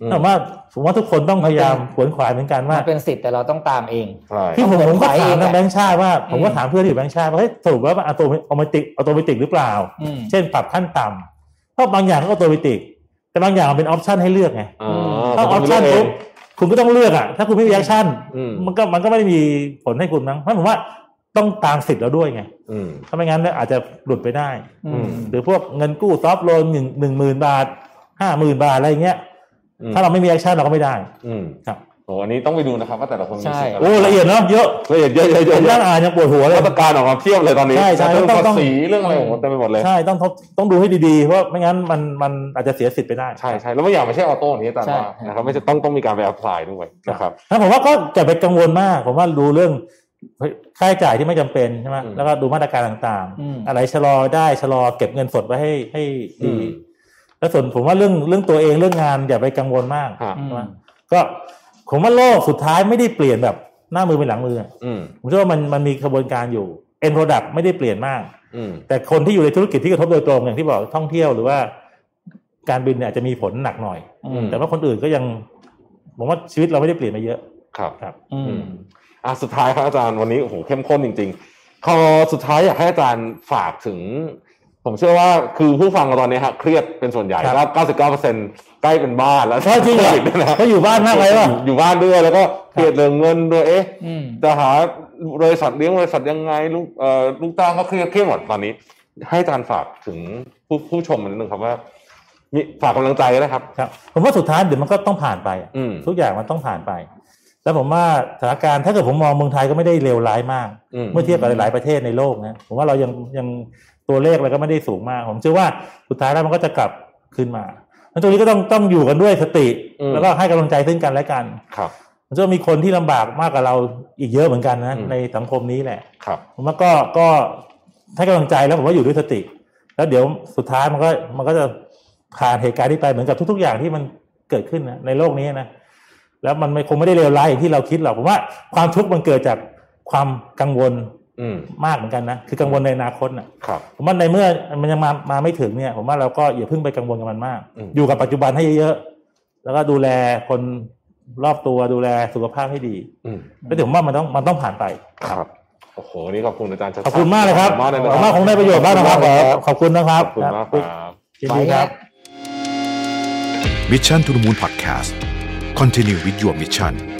S2: อืม
S3: แต่ว่าผมว่าทุกคนต้องพยายามขวนขวายเหมือนกันว่า
S4: มันเป็นสิทธิ์แต่เราต้องตามเอง
S2: ใช่
S3: ที่ผม
S4: มันเป็น
S3: ผมก็ถาม
S4: ไฟท์
S3: ทาง
S4: อะ
S3: แบงค์ชาติว่า ผมก็
S4: อืม
S3: ถามเพื่อนที่อยู่แบงค์ชาติว่าเฮ้ยสรุปว่าอัตโนมัติอัตโนมัติหรือเปล่า
S4: อืม
S3: เช่นปรับขั้นต่ำเพราะบางอย่างก็ออโตเมติก แต่บางอย่างมันเป็นออปชันให้เลือกไง
S2: อ่า
S3: ถ้าออปชัน
S2: เอ
S3: ปุ๊
S2: ง
S3: บคุณก็ต้องเลือกอ่ะ ถ้าคุณไม่มีแอคชั่น
S2: อืม
S3: มันก็มันก็ไม่ได้มีผลให้คุณมั้งเพราะผมว่าต้องตามสิทธิ์เราด้วยไง
S2: อืม
S3: ถ้าไม่งั้นเนี่ยอาจจะหลุดไปได้
S4: อืม
S3: หรือพวกเงินกู้ซอฟต์โลนหนึ่งหนึ่งหมื่นบาทห้าหมื่นบาทอะไรอย่างเงี้ย
S2: อืม
S3: ถ้าเราไม่มีแอคชั่นเราก็ไม่ได้
S2: อืม
S3: ครับ
S2: โอ้อันนี้ต้องไปดูนะครับว่าแต่ละคนมี
S4: ใช่
S2: สิทธิ์ไร
S3: โอ้ละเอียดเนาะเยอะ
S2: ละเอียดเยอะเยอะเย
S3: ผ
S2: อะ
S3: ม
S2: เย
S3: นั่
S2: อะ
S3: งอ่านยังปวดหัวเลย
S2: มาตรการออกมาเพียบเลยตอนนี้
S3: ใช่ใช่
S2: เรื่อง
S3: ต้องต้
S2: ภา
S3: อง
S2: ษีเรื่องอะไรโอ้โหเต็มไปหมดเลย
S3: ใช่ต้องทบต้องดูให้ดีๆเพราะไม่งั้นมันมันอาจจะเสียสิทธิ์ไปได้
S2: ใช่ใช่แล้วบางอย่างไม่ใช่ออโต้อย่างนี้อาจารย์
S4: ใช่
S2: ว่านะครับไม่ใช่ต้องต้องมีการไปอัพพลายด้วยนะครับ
S3: ถ้าผมว่าก็จะไปกังวลมาก ผมว่าดูเรื่องค่าใช้จ่ายที่ไม่จำเป็นใช่ไหม
S2: อืม
S3: แล้วก็ดูมาตรการต่าง
S4: อืม
S3: ๆ อะไรชะลอได้ชะลอเก็บเงินสดไว้ให้ให้ดี
S2: อืม
S3: แล้วส่วนผมว่าเรื่องเรื่องตัวเองเรื่องงานอย่าไปกังวลมาก
S2: ฮะ
S4: อืม
S3: ใช่ไหมก็ผมว่าโลกสุดท้ายไม่ได้เปลี่ยนแบบหน้ามือเป็นหลังมือ
S2: อืม
S3: ผมเชื่อว่ามันมันมีกระบวนการอยู่ end product ไม่ได้เปลี่ยนมาก
S2: อืม
S3: แต่คนที่อยู่ในธุรกิจที่กระทบโดยตรงอย่างที่บอกท่องเที่ยวหรือว่า การบินเนี่ยอาจจะมีผลหนักหน่อย
S4: อืม
S3: แต่ว่าคนอื่นก็ยังผมว่าชีวิตเราไม่ได้เปลี่ยนไปเยอะ
S2: ครับ
S3: ครับ
S4: อืม
S2: อ่ะสุดท้ายครับอาจารย์วันนี้โอ้โหเข้มข้นจริงๆขอสุดท้ายอยากให้อาจารย์ฝากถึง ผมเชื่อว่าคือผู้ฟังเราตอนนี้ฮะเครียดเป็นส่วนใหญ่
S3: ครับ
S2: ครับ99%ใกล้เป็นบ้านแล้ว
S3: ก็จริงเหรอ
S2: โควิดเนี่ยนะ
S3: ก็อยู่บ้านมากไป
S2: อ
S3: วะ
S2: ยู่อยู่บ้านด้วยแล้วก็เครียดเรื่องเงินด้วยเอ๊ะ
S4: อืม
S2: จะหาบริษัทเลี้ยงบริษัทยังไงลูกเอ่อลูกจ้างก็เครียดเครียดหมดตอนนี้ ให้อาจารย์ฝากถึงผู้ผู้ชมนิดนึงครับว่ามีฝากกำลังใจนะครับ
S3: ครับผมว่าสุดท้ายเดี๋ยวมันก็ต้องผ่านไปอะ
S2: อืม
S3: ทุกอย่างมันต้องผ่านไป แล้วผมว่าสถานการณ์ถ้าเกิดผมมองเมืองไทยก็ไม่ได้เลวร้ายมาก
S2: อืม
S3: เมื่อเทียบกับหลายๆประเทศในโลกนะผมว่าเรายังยังตัวเลขอะไรก็ไม่ได้สูงมาก ผมเชื่อว่าสุดท้ายแล้วมันก็จะกลับขึ้นมาแล้วตรงนี้ก็ต้องต้องอยู่กันด้วยสติ
S2: อืม
S3: แล้วก็ให้กำลังใจซึ่งกันและกัน
S2: ครับ
S3: ผมเชื่อว่ามีคนที่ลำบากมากกว่าเราอีกเยอะเหมือนกันนะ
S2: อืม
S3: ในสังคมนี้แหละ
S2: ครับ
S3: ผมว่าก็ก็ให้กำลังใจแล้วผมว่าอยู่ด้วยสติ แล้วเดี๋ยวสุดท้ายมันก็มันก็จะผ่านเหตุการณ์ที่ไปเหมือนกับทุก ๆ อย่างที่มันเกิดขึ้นนะในโลกนี้นะแล้วมันไม่คงไม่ได้เลวร้ายอย่างที่เราคิดหรอกผมว่าความทุกข์มันเกิดจากความกังวล
S2: อืม
S3: มากเหมือนกันนะคือกังวลในอนาคตนะครับ ผมว่าในเมื่อมันยังมามาไม่ถึงเนี่ย ผมว่าเราก็อย่าเพิ่งไปกังวลกับมันมาก
S2: อืม
S3: อยู่กับปัจจุบันให้เยอะๆแล้วก็ดูแลคนรอบตัวดูแลสุขภาพให้ดี
S2: อืม
S3: แล้วเดี๋ยวผมว่ามันต้องมันต้องผ่านไป
S2: ครับโอ้โหวันนี้ขอบคุณอาจารย์ชัด
S3: ขอบคุณมากเลยครับ
S2: ขอบณมากเลยนะค
S3: ผม
S2: รับ
S3: ว่าคงได้ประโยชน์มากนะครับ
S2: ขอณ
S3: ขอบคุณนะครับ
S2: ขอบคุณมากครับ
S3: ยินดีครับ
S1: มิชชั่นทุ h มูลพอดแคสต์คอนติเนียร์วิดีโอมิชชั่น